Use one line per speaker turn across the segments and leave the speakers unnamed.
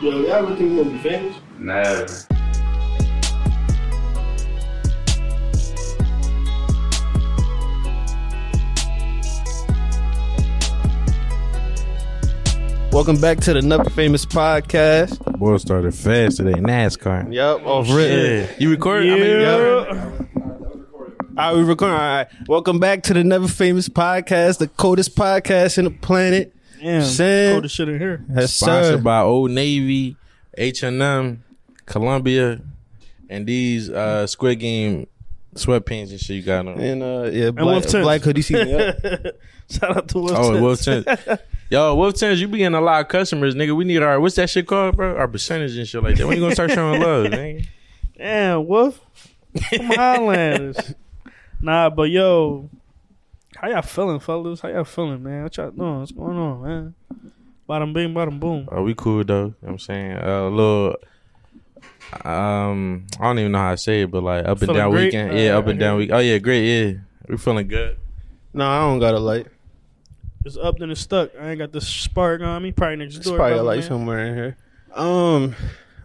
Yo, y'all ever think we're gonna be famous?
Never.
Welcome back to the Nothing Famous Podcast.
Boy started fast today. NASCAR.
Yup, Oh, off written.
You recording? I mean,
All right, we recording. All right. Welcome back to the Never Famous Podcast, the coldest podcast in the planet.
Damn,
Sam.
coldest shit in here.
Yes,
Sponsored
sir.
by Old Navy, H and M, Columbia, and these uh, Squid Game sweatpants and shit you got on.
and uh, yeah,
Wolf
black,
Tips.
black hoodie season. Yup.
Shout out to Wolf.
Oh,
Tips.
Wolf Tens. Yo, Wolf Tens, you be getting a lot of customers, nigga. We need our what's that shit called, bro? Our percentage and shit like that. When you gonna start showing love, nigga?
Damn, Wolf. Come Highlanders. Nah, but yo, how y'all feeling, fellas? How y'all feeling, man? What y'all doing? What's going on, man? Bottom bing, bottom boom.
Oh, we cool though. You know what I'm saying uh, a little. Um, I don't even know how to say it, but like up and
Feeling
down
great?
weekend, yeah,
Uh,
up and down week. Oh yeah, great, yeah, we feeling good.
no, I don't got a light.
It's up then it's stuck. I ain't got the spark on me. Probably next
It's
door.
probably a
brother,
light
man.
somewhere in here. Um,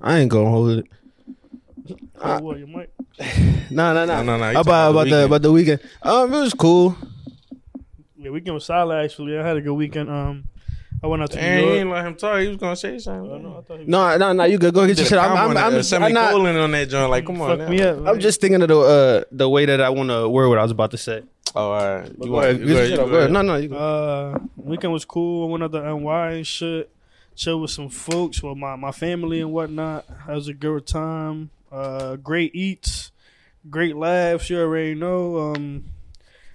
I ain't gonna hold it.
Oh, what, your mic?
No, no, no,
No, no, no, you
About
talking
about the
weekend.
about the weekend. Um, it was cool.
Yeah, we was solid actually. I had a good weekend. Um, I went out to
Damn,
New
you
York.
ain't let him talk. He was gonna say something.
Oh, no, I thought he
No, no, no. You good? Go get your shit. I'm,
uh,
I'm, I'm, I'm, not.
calling on that joint. Like, come on.
fucked me up.
I'm
man.
just thinking of the uh, the way that I want to word what I was about to say.
Oh, all right. You
Go ahead,
you
get your
you
shit off. Go ahead. No, no, you go.
Uh, weekend was cool. I went out to NY and shit. Chill with some folks, with my, my family and whatnot. That was a good time. Uh, great eats, great laughs. You already know. Um,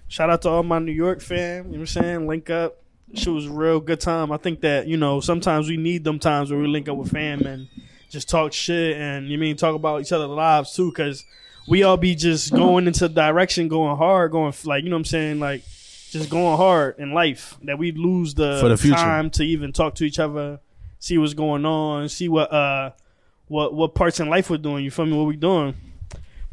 shout out to all my New York fam. You know what I'm saying? Link up. She was a real good time. I think that you know sometimes we need them times where we link up with fam and just talk shit and you mean talk about each other's lives too, cause we all be just going into direction, going hard, going f- like you know what I'm saying, like just going hard in life that we lose the,
For the future.
time to even talk to each other, see what's going on, see what uh what what parts in life we're doing. You feel me? What we doing?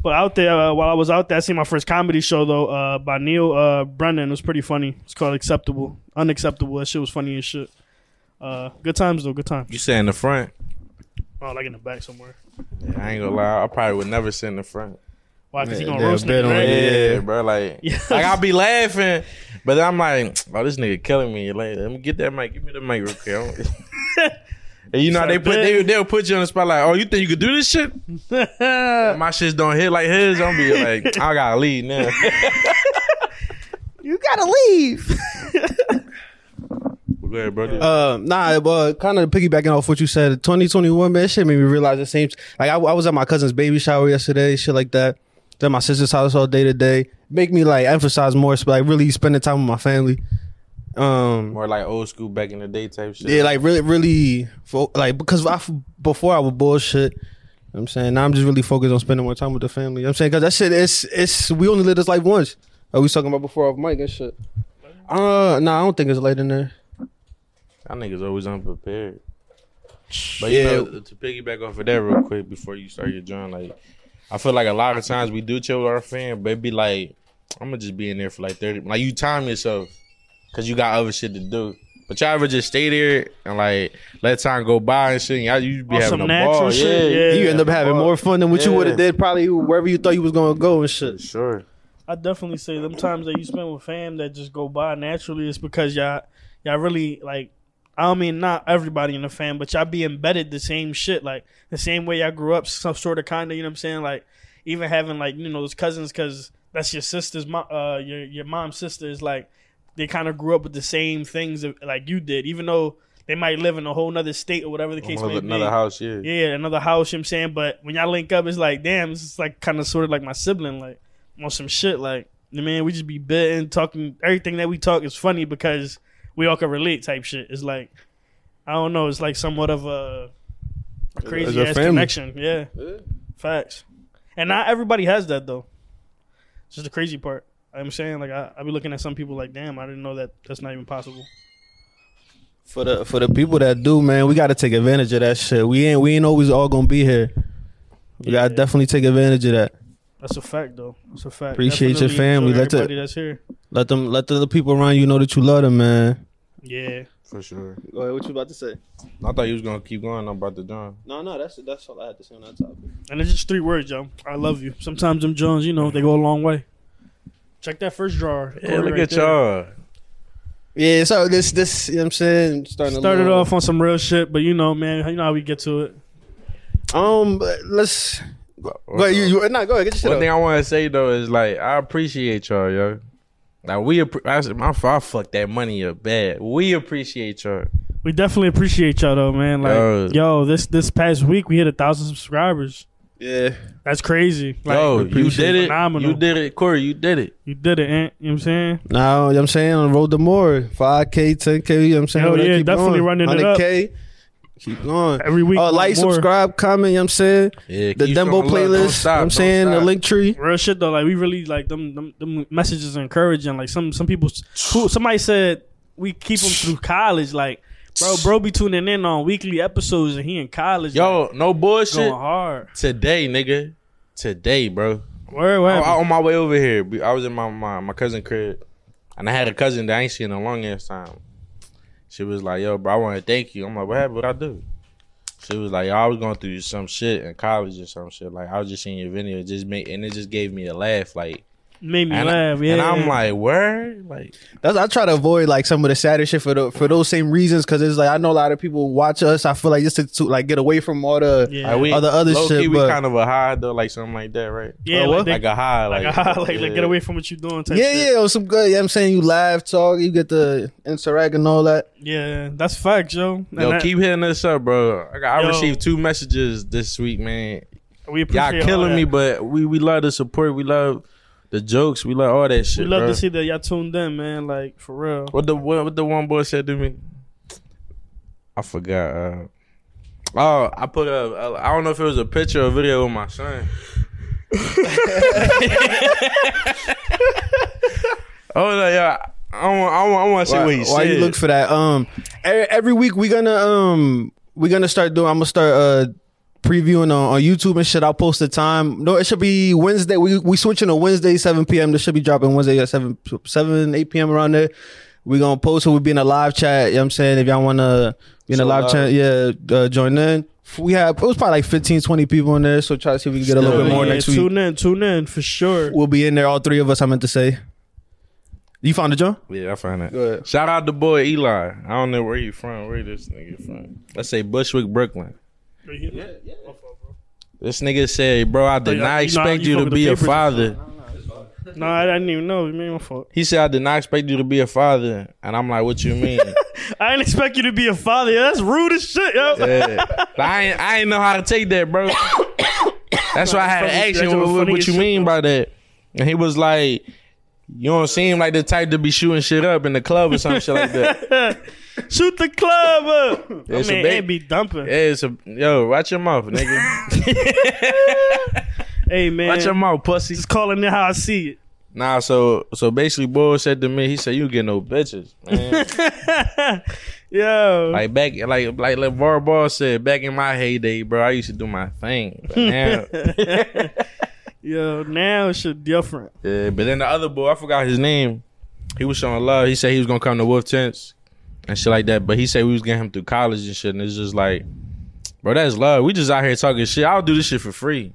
But out there, uh, while I was out there, I seen my first comedy show though uh, by Neil uh, Brennan. It was pretty funny. It's called Acceptable, Unacceptable. That shit was funny as shit. Uh, good times though, good times.
You sit in the front.
Oh, like in the back somewhere.
Yeah, I ain't gonna lie. I probably would never sit in the front.
Why? Because he
Yeah,
gonna
they're
roast
bed
niggas,
on
right?
it.
Yeah, bro. Like,
Yeah.
like I'll be laughing, but then I'm like, oh, this nigga killing me. Like, let me get that mic. Give me the mic real quick. I don't- And you know they put they they'll put you on the spot like oh you think you could do this shit
Uh,
my shits don't hit like his I'm be like I gotta leave now
You gotta leave.
go ahead brother
Uh, nah, but kind of piggybacking off what you said, 2021, man, shit made me realize the same. Like, I, I was at my cousin's baby shower yesterday, shit like that. Was At my sister's house all day today. Make me like emphasize more, so, like really spending time with my family. Um,
more like old school back in the day type shit
yeah, like really, really, fo- like because I f before I would bullshit. You know what I'm saying now I'm just really focused on spending more time with the family. You know what I'm saying because that shit, it's it's we only live this life once. Like we was talking about before off mic and shit. Uh, nah, I don't think it's late in there.
Y'all niggas always unprepared.
Yeah.
But you know, to piggyback off of that real quick before you start your joint, like I feel like a lot of times we do chill with our fan, but it be like, I'm gonna just be in there for like 30. Like you time yourself because you got other shit to do. But y'all ever just stay there and like let time go by and shit? And y'all you be
On
having
some
a
natural
ball,
shit,
yeah.
yeah.
you end up having more fun than what you
Yeah.
would have did probably wherever you thought you was gonna go and
For
shit.
sure.
I definitely say them times that you spend with fam that just go by naturally is because y'all y'all really like I don't mean not everybody in the fam, but y'all be embedded the same shit, like the same way y'all grew up, some sort of kinda, you know what I'm saying? Like even having like, you know, those cousins cause that's your sister's mom uh your your mom's sister is like they kind of grew up with the same things that, like you did, even though they might live in a whole nother state or whatever the case may
Another,
be.
another house, yeah.
Yeah, another house, you know what I'm saying? But when y'all link up, it's like, damn, this is like kind of sort of like my sibling, like, on some shit. Like, you know, man, we just be bitten, talking. Everything that we talk is funny because we all can relate type shit. It's like, I don't know, it's like somewhat of a, a
As
crazy
a
ass
family.
connection. Yeah. Facts. And not everybody has that, though. It's just the crazy part. I'm saying, like, I, I be looking at some people like, damn, I didn't know that that's not even possible.
For the for the people that do, man, we gotta take advantage of that shit. We ain't we ain't always all gonna be here. We gotta
Yeah.
definitely take advantage of that.
That's a fact, though. That's a fact.
Appreciate your
Definitely
family.
enjoy
That's it.
everybody that's here.
Let them let the other people around you know that you love them, man.
Yeah.
for sure.
Go ahead, what you about to say?
I thought you was gonna keep going about the John.
No, no, that's that's all I had to say on that topic.
And it's just three words, yo. I love you. Sometimes them Johns, you know, they go a long way. Check that first jar.
Yeah,
Corey
look
right
at
there.
y'all.
Yeah, so this this you know what I'm saying starting to
Started
look-
off on some real shit, but you know, man, you know how we get to it.
Um, but let's go. Ahead, you, you nah, go ahead. Get your
One
shit
thing
up.
I want to say though is like I appreciate y'all, yo. Like we, appre- I, said, my I fucked that money up bad. We appreciate y'all.
We definitely appreciate y'all though, man. Like,
Yo.
yo, this this past week we hit a thousand subscribers.
Yeah,
That's crazy. Like,
Yo, you
appreciate
did it.
Phenomenal.
You did it, Corey. You did it.
You did it, Ant. You know what I'm saying?
now you know what I'm saying on the road to more five k, ten k. You know what I'm saying?
Hell
We're gonna
yeah,
keep
definitely
going.
running it
100K, Keep going.
Every week.
Oh,
want
like,
more.
subscribe, comment. You know what I'm saying
Yeah,
the Dembo
keep showing love. Don't
playlist. you
stop.
know what I'm
Don't
saying the
stop.
link tree.
Real shit though, like we really like them. Them, them messages are encouraging. Like some some people, who, somebody said we keep them through college. Like, bro, bro, be tuning in on weekly episodes, and he in college. like,
Yo, no bullshit.
going hard.
Today, nigga. Today, bro.
Where,
Oh, I,
where?
I- on my way over here, we- I was in my, my my cousin crib, and I had a cousin that I ain't seen in a long ass time. She was like, "Yo, bro, I want to thank you." I'm like, "What happened? What I do?" She was like, "Yo, I was going through some shit in college or some shit. Like, I was just seeing your video, it just made, and it just gave me a laugh. Like,
made me
and,
laugh.
I,
yeah,
and I'm like, word, like,
That's I try to avoid like some of the sadder shit for the, for those same reasons because it's like I know a lot of people watch us. I feel like just to, to like get away from all the
yeah,
like we
All the other
low-key,
shit,
we
but-
kind of a high though, like something like that, right?
Oh,
yeah, like,
what?
they,
like a high, like,
like, like, like,
yeah.
get away from what you're doing. Type
yeah,
shit.
yeah, it was some good. You know what I'm saying you live talk, you get the interact and all that.
Yeah, that's facts, yo. And
Yo,
that-
keep hitting us up, bro. I, got, I
Yo.
received two messages this week, man.
we appreciate
y'all
all
killing
that.
me, but we we love the support. We love the jokes. We love all that
We
shit.
love
bro.
to see that y'all tuned in, man. Like for real.
What the what, what the one boy said to me? I forgot. Uh, oh, I put up. uh, I don't know if it was a picture or a video of my son. oh no, yeah. I want. I want. I want to see
why,
what he
why
said.
you look for that? Um, every, every week we gonna um we gonna start doing. I'm gonna start uh previewing on, on YouTube and shit. I'll post the time. No, it should be Wednesday. We we switching to Wednesday 7 p.m. This should be dropping Wednesday at 7 7 8 p.m. around there. We gonna post it. We'll be in a live chat. You know what I'm saying if y'all wanna be in a
So
live
live.
chat, yeah, uh, join in. We have it was probably like 15, 20 people in there. So try to see if we can get a little
Still,
bit more
Yeah,
next week.
Tune in, tune in for sure.
We'll be in there, all three of us. I meant to say. You found it, John?
Yeah, I find that.
Go ahead.
Shout out the boy Eli. I don't know where he from. Where this nigga from? Let's say Bushwick, Brooklyn. This nigga said, "Bro, I
Oh,
did
yeah, you
not
know,
expect
you
you
fuck
to
with
be
the
a
papers.
father."
No, I, I didn't even know. Man, my fault.
He said, "I did not expect you to be a father," and I'm like, "What you mean?"
I didn't expect you to be a father. Yo, that's rude as shit, yo.
Yeah. But I ain't, I ain't know how to take that, bro. That's why I had to
That's
ask you
the
what, what,
funniest
you
shit,
mean by that. And he was like, "You don't seem like the type to be shooting shit up in the club or some shit like that."
Shoot the club up. I
It's a
mean,
big-
Ant be dumping.
Yeah, it's a yo. Watch your mouth, nigga.
Hey man,
watch your mouth, pussy.
just calling it how I see
Nah, so so basically, boy said to me, he said, "You get no bitches, man."
it. yo,
Like back, like like LeVar Ball said, back in my heyday, bro, I used to do my thing. But now,
yo, now it's shit different.
yeah, but then the other boy, I forgot his name. He was showing love. He said he was gonna come to Wolf Tents and shit like that. But he said we was getting him through college and shit. And it's just like, bro, that's love. We just out here talking shit. I'll do this shit for free,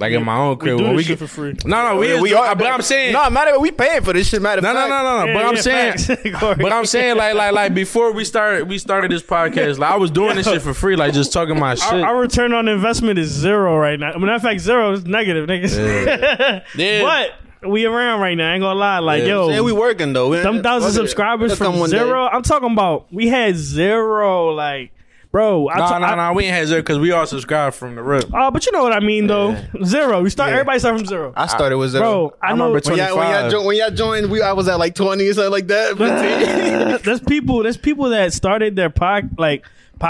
like in my own
We
crib.
do
when
this
we
shit
get-
for free.
no, no, we, is- But I'm saying, no,
no. Matter we paying for this shit. Matter of
no, no,
fact.
no, no.
Yeah,
But I'm
yeah,
saying,
facts, Corey.
But I'm saying like like like before we started we started this podcast, like I was doing this shit for free, like just talking my shit.
Our, our return on investment is zero right now. I mean, matter of fact, zero is negative, niggas.
Yeah.
But we around right now. I ain't gonna lie, like
Yeah.
yo,
Yeah, we working though. We-
Some
Fuck
thousand
it.
subscribers
It'll come
from
one day.
zero. I'm talking about we had zero, like, bero I
No,
ta-
no,
I-
no, we ain't had zero because we all subscribed from the rip.
Oh, but you know what I mean, though. Zero. We start. Everybody start from zero,
I started with zero.
bro. I,
I'm
know.
number
when y'all, when y'all,
25.
jo- when y'all joined, we I was at like twenty or something like that. 15.
there's people. There's people that started their pod like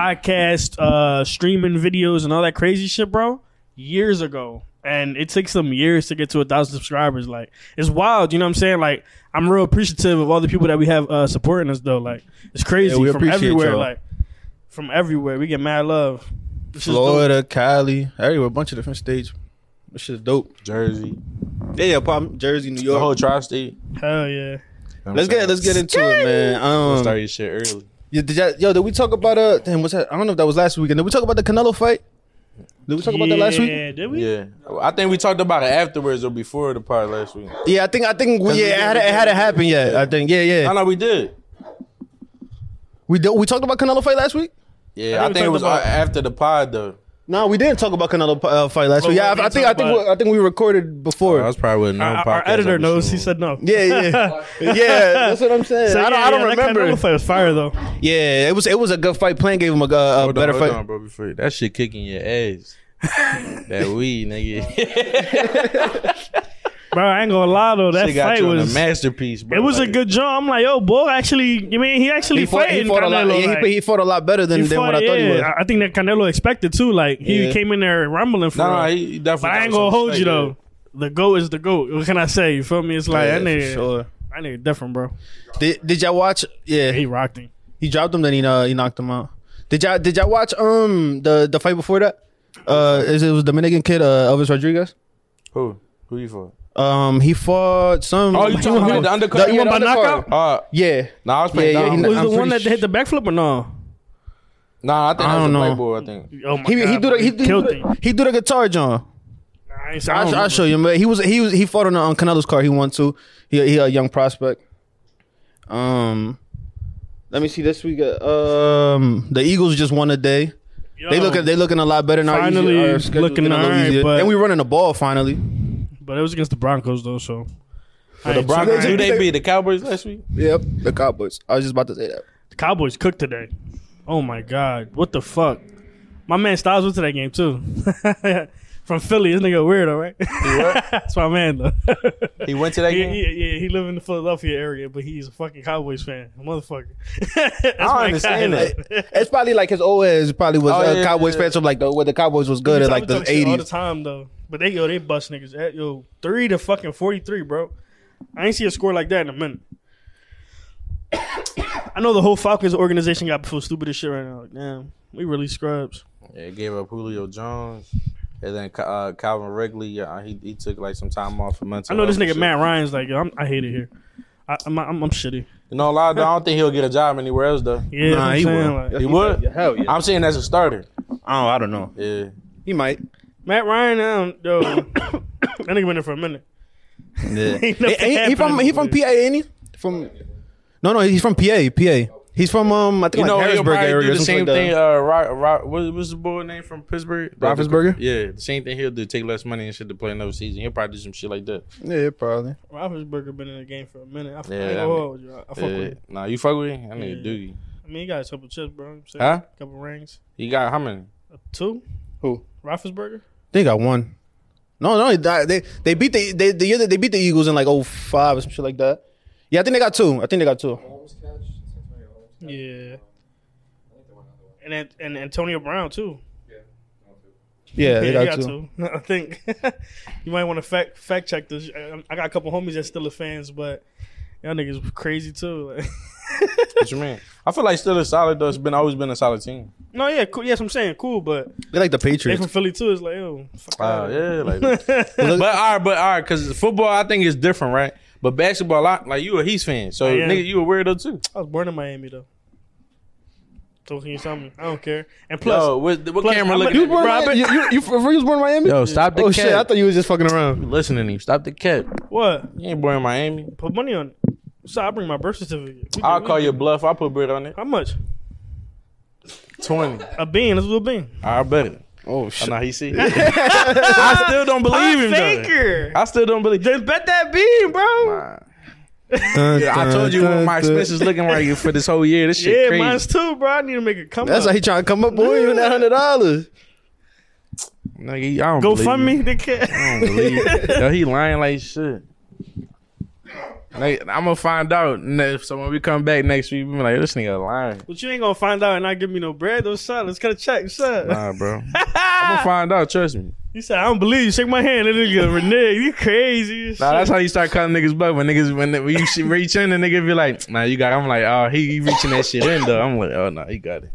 podcast, uh, streaming videos and all that crazy shit, bro, years ago. And it takes them years to get to a thousand subscribers. Like it's wild. You know what I'm saying? Like I'm real appreciative of all the people that we have uh, supporting us, though. Like it's crazy
Yeah, we
from
appreciate
everywhere.
y'all.
Like from everywhere, we get mad love. This is dope.
Florida, Cali, everywhere, a bunch of different states. This shit's dope.
Jersey,
Yeah, yeah, problem. Jersey, New
the
York.
whole tri-state.
Hell yeah.
Let's get let's get into it, man.
Let's
Um,
start your shit early.
Yeah, did y'all- yo, did we talk about uh? Damn, what's that? I don't know if that was last weekend. Did we talk about the Canelo fight? Did we talk about that last week?
Yeah, did we?
Yeah, I think we talked about it afterwards or before the part last week.
Yeah, I think I think we, yeah,
we
it
did-
had it hadn't happened yet. I think yeah,
I
yeah.
know we did.
We did, we talked about Canelo fight last week.
Yeah, I
we
think it
talked
was
about-
a- after the pod though.
No, we didn't talk about Canelo uh, fight last
Well,
week. Yeah,
we
I, I
didn't
think
talk
I think
about
we, I think we recorded before.
That was probably no
Our,
podcast.
our editor
episode.
knows. He said no.
yeah, yeah, yeah. That's what I'm saying.
So,
I don't,
yeah,
I don't
yeah, That
remember.
Canelo fight was fire though.
Yeah, it was it was a good fight. Plan gave him a, a- a
Hold on,
better
hold
fight.
on, bro, before you- that shit kicking your ass. that weed, nigga.
Bro, I ain't gonna lie though. That
Shit got
fight
you in a
was.
masterpiece, bro.
It was a
Like,
good jump. I'm like, oh, boy, actually, you mean he actually
He fought,
fighting
he fought a lot.
Canelo,
yeah,
like-
he, he fought a lot better than,
He
than
fought-
what I thought he
yeah,
was.
I- I think that Canelo expected too. Like he
Yeah.
came in there rumbling for.
No, no,
real.
he he definitely.
but
got
I ain't gonna
some
hold you
shit,
though. The goat is the goat. What can I say? You feel me? It's like
Yeah,
that
for
nigga.
sure.
That nigga different, bro.
Did, did y'all watch? Yeah,
He rocked him.
he dropped him. Then he uh, he knocked him out. Did y'all did y'all watch um the the fight before that? Uh, is it was Dominican kid uh, Elvis Rodriguez?
Who? Who you for?
Um, he fought some.
Oh, you talking about the undercard?
yeah,
You want
the
by
undercard.
knockout?
Uh,
Yeah,
nah, I was
Yeah,
playing.
yeah,
Yeah,
he kn-
Was
I'm
the one
pretty
that
su-
hit the backflip or no?
nah, I think
I
that was
don't
a
know.
playboy. I think.
Oh my
he he
god,
do
bro,
the he, do
killed
the-
him.
he do the guitar, John.
I ain't- I
I,
don't
will
remember.
show you, man. He was he was he fought on on Canelo's car. He won too. He he a young prospect. Um, let me see this week. uh, Um, the Eagles just won a day. They
Yo,
looking they looking a lot better now.
Finally looking alright, but-
and we running the ball finally.
but it was against the Broncos though, so.
The
Alright,
Broncos,
so-
who they beat? The Cowboys last week?
Yep, the Cowboys. I was just about to say that.
The Cowboys cooked today. Oh my god, what the fuck? My man Styles went to that game too. From Philly, this nigga weirdo, right?
what?
That's my man though.
He went to that
Yeah,
game.
yeah, yeah, he live in the Philadelphia area, but he's a fucking Cowboys fan, motherfucker.
I don't understand
that.
It's probably like his old ass probably was
Oh,
uh,
yeah,
Cowboys
yeah.
fans of like the where the Cowboys was good at like the
all the
eighties.
time though. But they yo, they bust niggas at yo three to fucking forty three, bro. I ain't see a score like that in a minute. I know the whole Falcons organization got full stupid as shit right now. Like, damn, we really scrubs.
Yeah, gave up Julio Jones, and then uh, Calvin Ridley. Uh, he he took like some time off for mental.
I know this
health and
nigga
shit.
Matt Ryan's like, yo, I'm, I hate it here. I, I'm, I'm, I'm shitty.
You know, a lot. Of, I don't think he'll get a job anywhere else though.
Yeah, that's what I'm saying, like-
He would?
Hell yeah.
I'm saying as a starter.
Oh, I don't know.
Yeah.
He might.
Matt Ryan, um, yo, that nigga been there for a minute.
Yeah.
Ain't
he,
nothing
Eh, he- he from he from PA, ain't he? From no, no, he's from PA. PA. He's from um, I think like
You know, he'll
Harrisburg
probably
area.
do
or something
the same
like
thing.
that.
Uh, Ro- Ro- what, what's the boy name from Pittsburgh?
Roethlisberger?
Yeah, the same thing he'll do. Take less money and shit to play another season. He'll probably do some shit like that.
Yeah, probably.
Roethlisberger been in the game for a minute. I, f- I
Yeah,
ain't
I
gonna
mean-
hold you. I, I fuck
Yeah.
with him.
Nah, you fuck with him? I need
Yeah.
Doogie.
I mean, he got a couple chips, bro. I'm saying,
Huh?
couple rings.
You got how many?
Two?
Who?
Roethlisberger?
They got one. No, no, they they, they beat the they the year that they beat the Eagles in like 05 or some shit like that. Yeah, I think they got two. I think they got two.
Yeah. And, then- and Antonio Brown, too.
Yeah, they got,
he
two.
two. I think you might want to fact fact check this. I, I got a couple homies that's still fans, but y'all niggas crazy, too. Like-
What you mean? I feel like still a solid though. It's been always been a solid team.
no, yeah, cool. Yes, I'm saying cool, but
They like the
they
Patriots.
from Philly, too. It's like, yo, fuck
Uh,
outta here.
yeah, like. but all right, but all right, because football I think is different, right? But basketball, I, like you a Heat fan, so
I am.
nigga, you a weirdo too.
I was born in Miami, though. So can you tell me? I don't care. And plus,
Yo, what, what
plus,
camera
I'm a-
looking?
you
at me?
born-
Miami-
Robert-
you, you, you, for real, you was born in Miami?
Yo, stop the
oh
cap.
shit, I thought you was just fucking around.
Listening to you, stop the cap.
what?
You ain't born in Miami.
Put money on it. So I bring my birth certificate. We
I'll
can-
call your bluff. I'll put bread on it.
How much?
Twenty.
A bean. That's a little bean.
I bet it.
Oh
Oh,
shit.
nah, he see. I still don't believe him though.
faker.
I still don't believe. Just bet that beam, bro. I told you what my expenses looking like for this whole year. This shit
yeah,
crazy.
mine's too, bro. I need to make a come
That's
up.
how he trying to come up with you that hundred dollars.
Nigga, I don't
Go
believe
fund
you.
me. They can't.
I don't believe it. Yo, he lying like shit. Like, I'm gonna find out. ne- So when we come back next week, we be like, this nigga lying.
but you ain't gonna find out and not give me no bread. Those son, let's cut a check. Son.
Nah, bro. I'm gonna find out. Trust me.
You said I don't believe you. Shake my hand. That nigga renege. You crazy. as
Nah,
shit.
that's how you start cutting niggas' butt. When niggas, when, when you sh- reach in, the nigga be like, nah, you got. It. I'm like, oh, he, he reaching that shit in though. I'm like, oh no, he got it.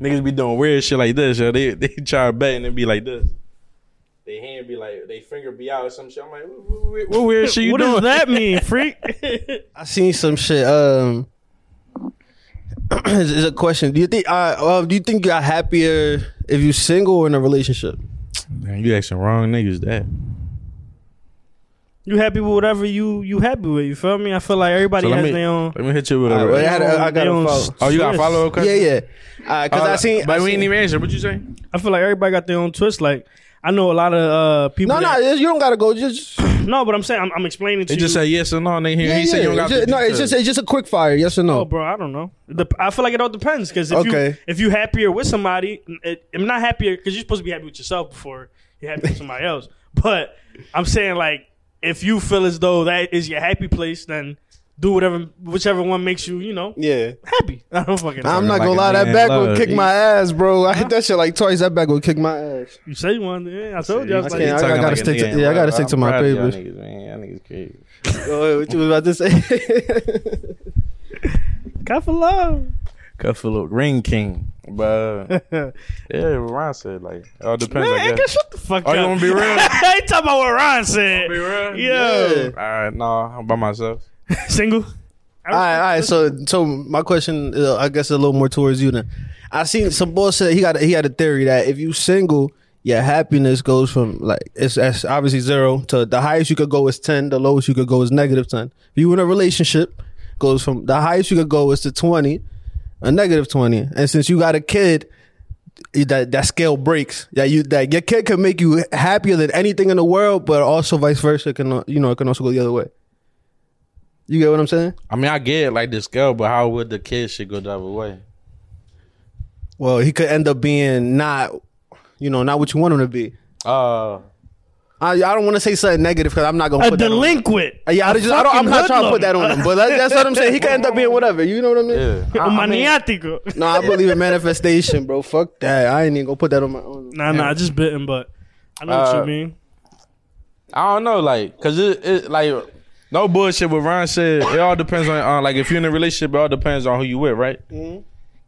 Niggas be doing weird shit like this. Yo, they they try to bet and it be like this. They hand be like, they finger be out or some shit. I'm like, what, what- what- what weird shit you
what
doing?
does that mean, freak?
I seen some shit. Um, is, is a question. Do you think uh, uh, do you think you got happier if you single or in a relationship?
Man, you asking wrong niggas that.
You happy with whatever you you happy with? You feel me? I feel like everybody
So let
has
me-
their own.
Let me hit you with a.
All right, well,
their
I had a- I
own-
got a
their own
follow.
s-
oh, you got
twist.
follow? Okay.
Yeah, yeah. Because I seen,
Uh, But
I
we
seen-
ain't even answer. What you say?
I feel like everybody got their own twist. Like I know a lot of uh people.
No, no,
that-
you don't gotta go. Just
no. But I'm saying I'm, I'm explaining to
They
you.
just say yes or no, and they hear.
yeah,
he said
yeah.
you don't got.
Just-
the
no, it's
details.
just it's just a quick fire. Yes or
Oh,
no?
bro, I don't know. The, I feel like it all depends because if you
Okay.
if you happier with somebody, it, I'm not happier because you're supposed to be happy with yourself before you're happy with somebody else. But I'm saying like if you feel as though that is your happy place, then do whatever whichever one makes you you know
Yeah.
happy. I don't fucking. Know.
I'm not
like
gonna
a
lie, that
man
back
love.
would kick my ass, bro. I hit that shit like twice. That back would kick my ass.
You say you want. Yeah, I told you. I
You
was
talking
like,
can't- I gotta
like a
stick to-
nigga in
yeah, I gotta
love.
stick to
I'm
my
proud of y'all
papers.
niggas, man. Y'all niggas crazy.
what you was about to say?
cut for love.
Buffalo Ring King. But uh,
Man,
yeah, what Ron said, like, it all depends. I
Anchor,
guess.
shut the fuck
Oh,
up.
you wanna be real?
I ain't talking about what Ron said.
real?
Yo,
All right, no, I'm by myself.
single.
all right, all right. So, so my question, uh, I guess, is a little more towards you. Then, I seen some boy said he got a, he had a theory that if you single, your happiness goes from like it's, it's obviously zero to the highest you could go is ten, the lowest you could go is negative ten. If you in a relationship, goes from the highest you could go is to twenty, a negative twenty. And since you got a kid, that that scale breaks. That you that your kid can make you happier than anything in the world, but also vice versa. It Can uh, you know it can also go the other way. You get what I'm saying?
I mean, I get like the scale, but how would the kid shit go the other way?
Well, he could end up being not, you know, not what you want him to be.
Uh,
I, I don't want to say something negative because I'm not gonna
a
put that on him.
delinquent.
Uh, Yeah, I just, I don't, I'm not trying to put that on him, but that, that's what I'm saying. He could end up being whatever. You know what I mean?
yeah. I,
Un
I mean,
maniático.
No, I believe in manifestation, bro. Fuck that. I ain't even gonna put that on my own.
Nah, nah, I just bitten, but I know what
Uh,
you mean.
I don't know, like, cause it, it like no bullshit. What Ron said, it all depends on, on like if you're in a relationship, it all depends on who you with, right?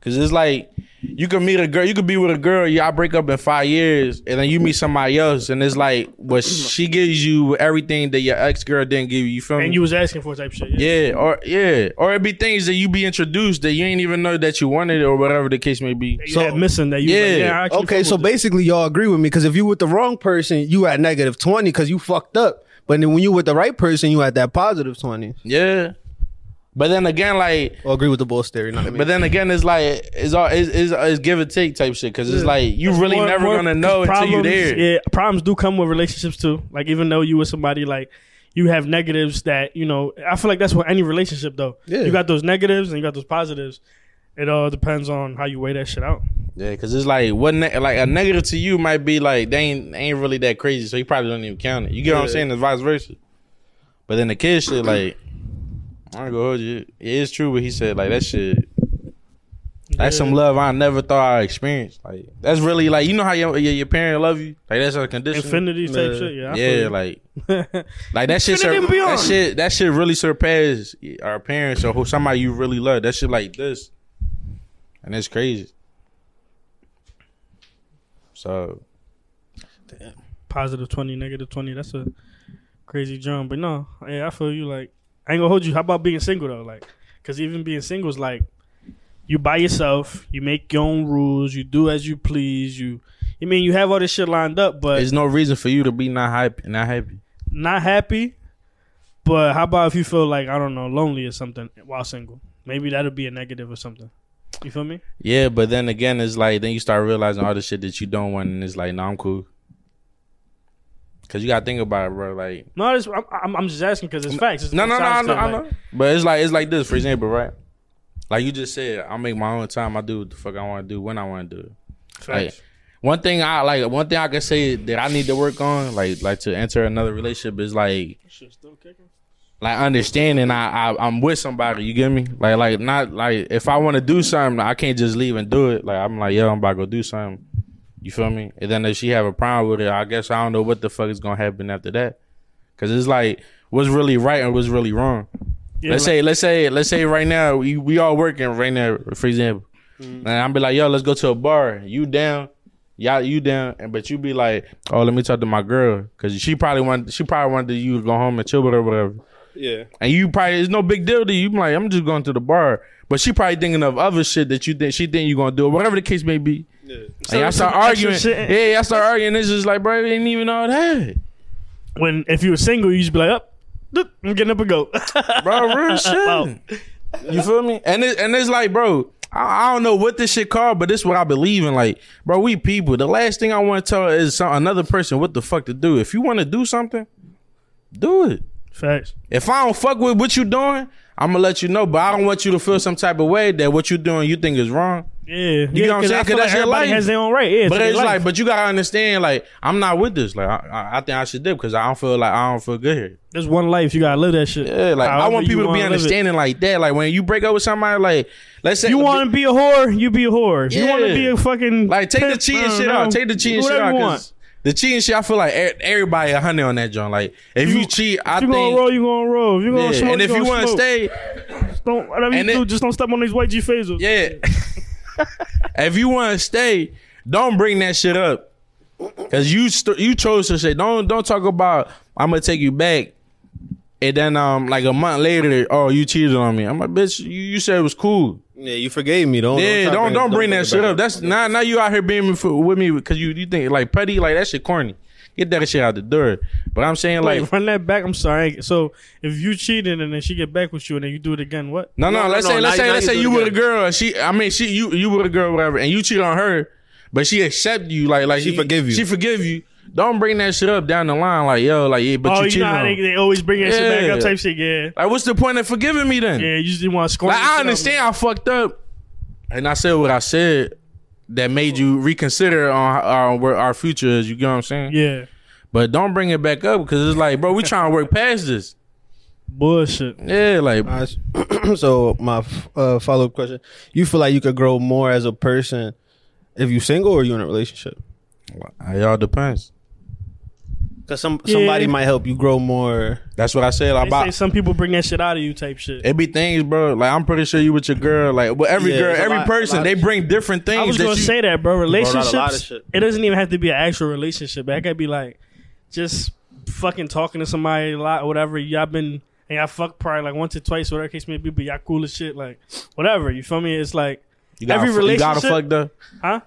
Cause it's like you can meet a girl, you could be with a girl, y'all break up in five years, and then you meet somebody else, and it's like, well, she gives you everything that your ex girl didn't give you. You feel me?
And you was asking for type shit. Yeah.
Yeah, or yeah, or it be things that you be introduced that you ain't even know that you wanted or whatever the case may be.
You had missing that. You yeah.
Yeah.
Like, yeah I actually
Okay,
fuck
so
with this.
basically y'all agree with me because if you with the wrong person, you at negative twenty because you fucked up. But then when you with the right person, you at that positive twenty.
Yeah, but then again, like,
Or agree with the bull's theory. Not me.
but then again, it's like it's all it's, it's, it's give and take type shit because it's like you really
More-
never
more-
gonna know until you
problems-
there.
Yeah, problems do come with relationships too. Like even though you with somebody, like you have negatives that you know. I feel like that's with any relationship though.
Yeah.
You got those negatives and you got those positives. It all depends on how you weigh that shit out.
Yeah, because it's like what ne- like a negative to you might be like they ain't ain't really that crazy, so you probably don't even count it. You get what I'm
Yeah.
saying? It's vice versa. But then the kid shit, like I ain't gonna hold you. It is true what he said. Like that shit, that's some love I never thought I experienced. Like that's really like you know how your your, your parent love you. Like that's a condition.
Infinity type
Yeah.
shit. Yeah. I
Yeah,
feel
like
you.
like that shit.
Infinity
Sur-
and beyond.
that shit. That shit really surpassed our parents or who somebody you really love. That shit like this, and it's crazy. So
positive 20, negative 20. That's a crazy drum. But no, yeah, I feel you. Like, I ain't gonna hold you. How about being single, though? Like, because even being single is like, you by yourself, you make your own rules, you do as you please, you. I mean, you have all this shit lined up, but
there's no reason for you to be not happy. Not happy.
not happy. But how about if you feel like I don't know, lonely or something while single? Maybe that'll be a negative or something. You feel me?
Yeah, but then again, it's like then you start realizing all the shit that you don't want, and it's like, no, I'm cool. Cause you gotta think about it, bro. Like,
No, it's, I'm, I'm I'm just asking because it's facts. It's
no, no, no, I
besides
know,
that,
I
like-
know. But it's like it's like this, for example, right? Like you just said, I make my own time. I do what the fuck I want to do when I want to do it. Like,
Facts.
one thing I like, one thing I can say that I need to work on, like, like to enter another relationship is like,
That shit's still kicking.
like understanding I, I I'm with somebody. You get me? Like, like not like if I want to do something, I can't just leave and do it. Like I'm like, yo, I'm about to go do something. You feel me? And then if she have a problem with it, I guess I don't know what the fuck is gonna happen after that. Cause it's like what's really right and what's really wrong
Yeah,
let's
like-
say, let's say, let's say right now we, we all working right now, for example.
Mm-hmm.
And I'm be like, yo, let's go to a bar. You down? Y'all, you down? And but you be like, oh, let me talk to my girl because she probably want she probably wanted you to go home and chill with her, or whatever.
Yeah.
And you probably it's no big deal to you. You be like, I'm just going to the bar. But she probably thinking of other shit that you think she think you're gonna do, whatever the case may be.
Yeah.
and y'all
it's
start
some extra
arguing.
shit.
Yeah, y'all start arguing. It's just like, bro, it ain't even all that.
When if you were single, you just be like, up, doop, I'm getting up and go.
Bro, real shit.
Wow.
You feel me? And it, and it's like, bro, I, I don't know what this shit called, but this what I believe in. Like, bro, we people. The last thing I want to tell is some, another person what the fuck to do. If you want to do something, do it.
Facts.
If I don't fuck with what you doing, I'm gonna let you know. But I don't want you to feel some type of way that what you doing you think is wrong.
Yeah. You yeah,
what
'cause
I'm saying?
I
'Cause
feel like
that's your
everybody
life.
has their own right. Yeah.
But
their
it's
life.
like, but you gotta understand, like, I'm not with this. Like, I, I- I think I should dip because I don't feel like I don't feel good here.
There's one life. You gotta live that shit.
Yeah, like I
However
want
you
people to be
wanna live it.
understanding like that. Like when you break up with somebody, like let's say
You want to be a whore, you be a whore. If You want
Yeah.
to be a fucking
like take the
pimp, I
cheating
don't
shit
know.
out. Take the cheating
Do
shit
whatever you
out. 'cause The cheating shit, I feel like e- everybody a hundred on that joint. Like if you,
You-
cheat, I
You
think.
gonna roll, you gonna roll. If You gonna
yeah,
smoke,
and if you
want to
stay,
don't whatever you
and
do,
it-
just don't step on these white G phasers.
yeah. if you want to stay, don't bring that shit up. Cause you st- you chose to say don't don't talk about I'm gonna take you back, and then um like a month later, oh you cheated on me. I'm like bitch, you, you said it was cool.
Yeah, you forgave me. Don't
Yeah,
try
don't don't,
bring-
bring
bring
that
it
shit
back
up. That's now now you out here being with- with me because you you think like petty like that shit corny. Get that shit out the door. But I'm saying like
Like run that back. I'm sorry. So if you cheated and then she get back with you and then you do it again, what?
no no,
No, no,
let's
no,
say let's
now
say
you-
let's
now
say
you do
you
it
with a
again.
girl and she I mean she you you with a girl whatever and you cheat on her, but she accept you like like
She forgive you.
she forgive you. Don't bring that shit up down the line like yo like yeah but
oh,
you
you
cheated
know how
on.
they,
me.
they always bring that shit back
Yeah.
up type shit. Yeah,
Like what's the point of forgiving me then?
yeah. You just want to score.
Like I understand I fucked up, and I said what I said that made you reconsider on our, where our future is. You get what I'm saying?
Yeah,
But don't bring it back up because it's like, bro, we trying to work past this.
bullshit.
Yeah, like
All right, so my uh, follow up question: You feel like you could grow more as a person if you single or you in a relationship?
it all depends.
Because some
Yeah.
somebody might help you grow more.
That's what I said like,
They say
about.
some people bring that shit out of you type shit.
It be things, bro. Like I'm pretty sure you with your girl. Like, well, every
Yeah,
girl,
it's a
every
lot- a
person,
lot
they
of-
bring different things.
I was
that
gonna
you-
say that, bro.
out a lot
Relationships.
of shit.
It doesn't even have to be an actual relationship. That could be like just fucking talking to somebody a lot, or whatever. Y'all been and y'all fuck probably like once or twice, whatever case may be. But y'all cool as shit, like whatever. You feel me? It's like
you gotta,
every
fu- you gotta
relationship-
fuck the.
Huh?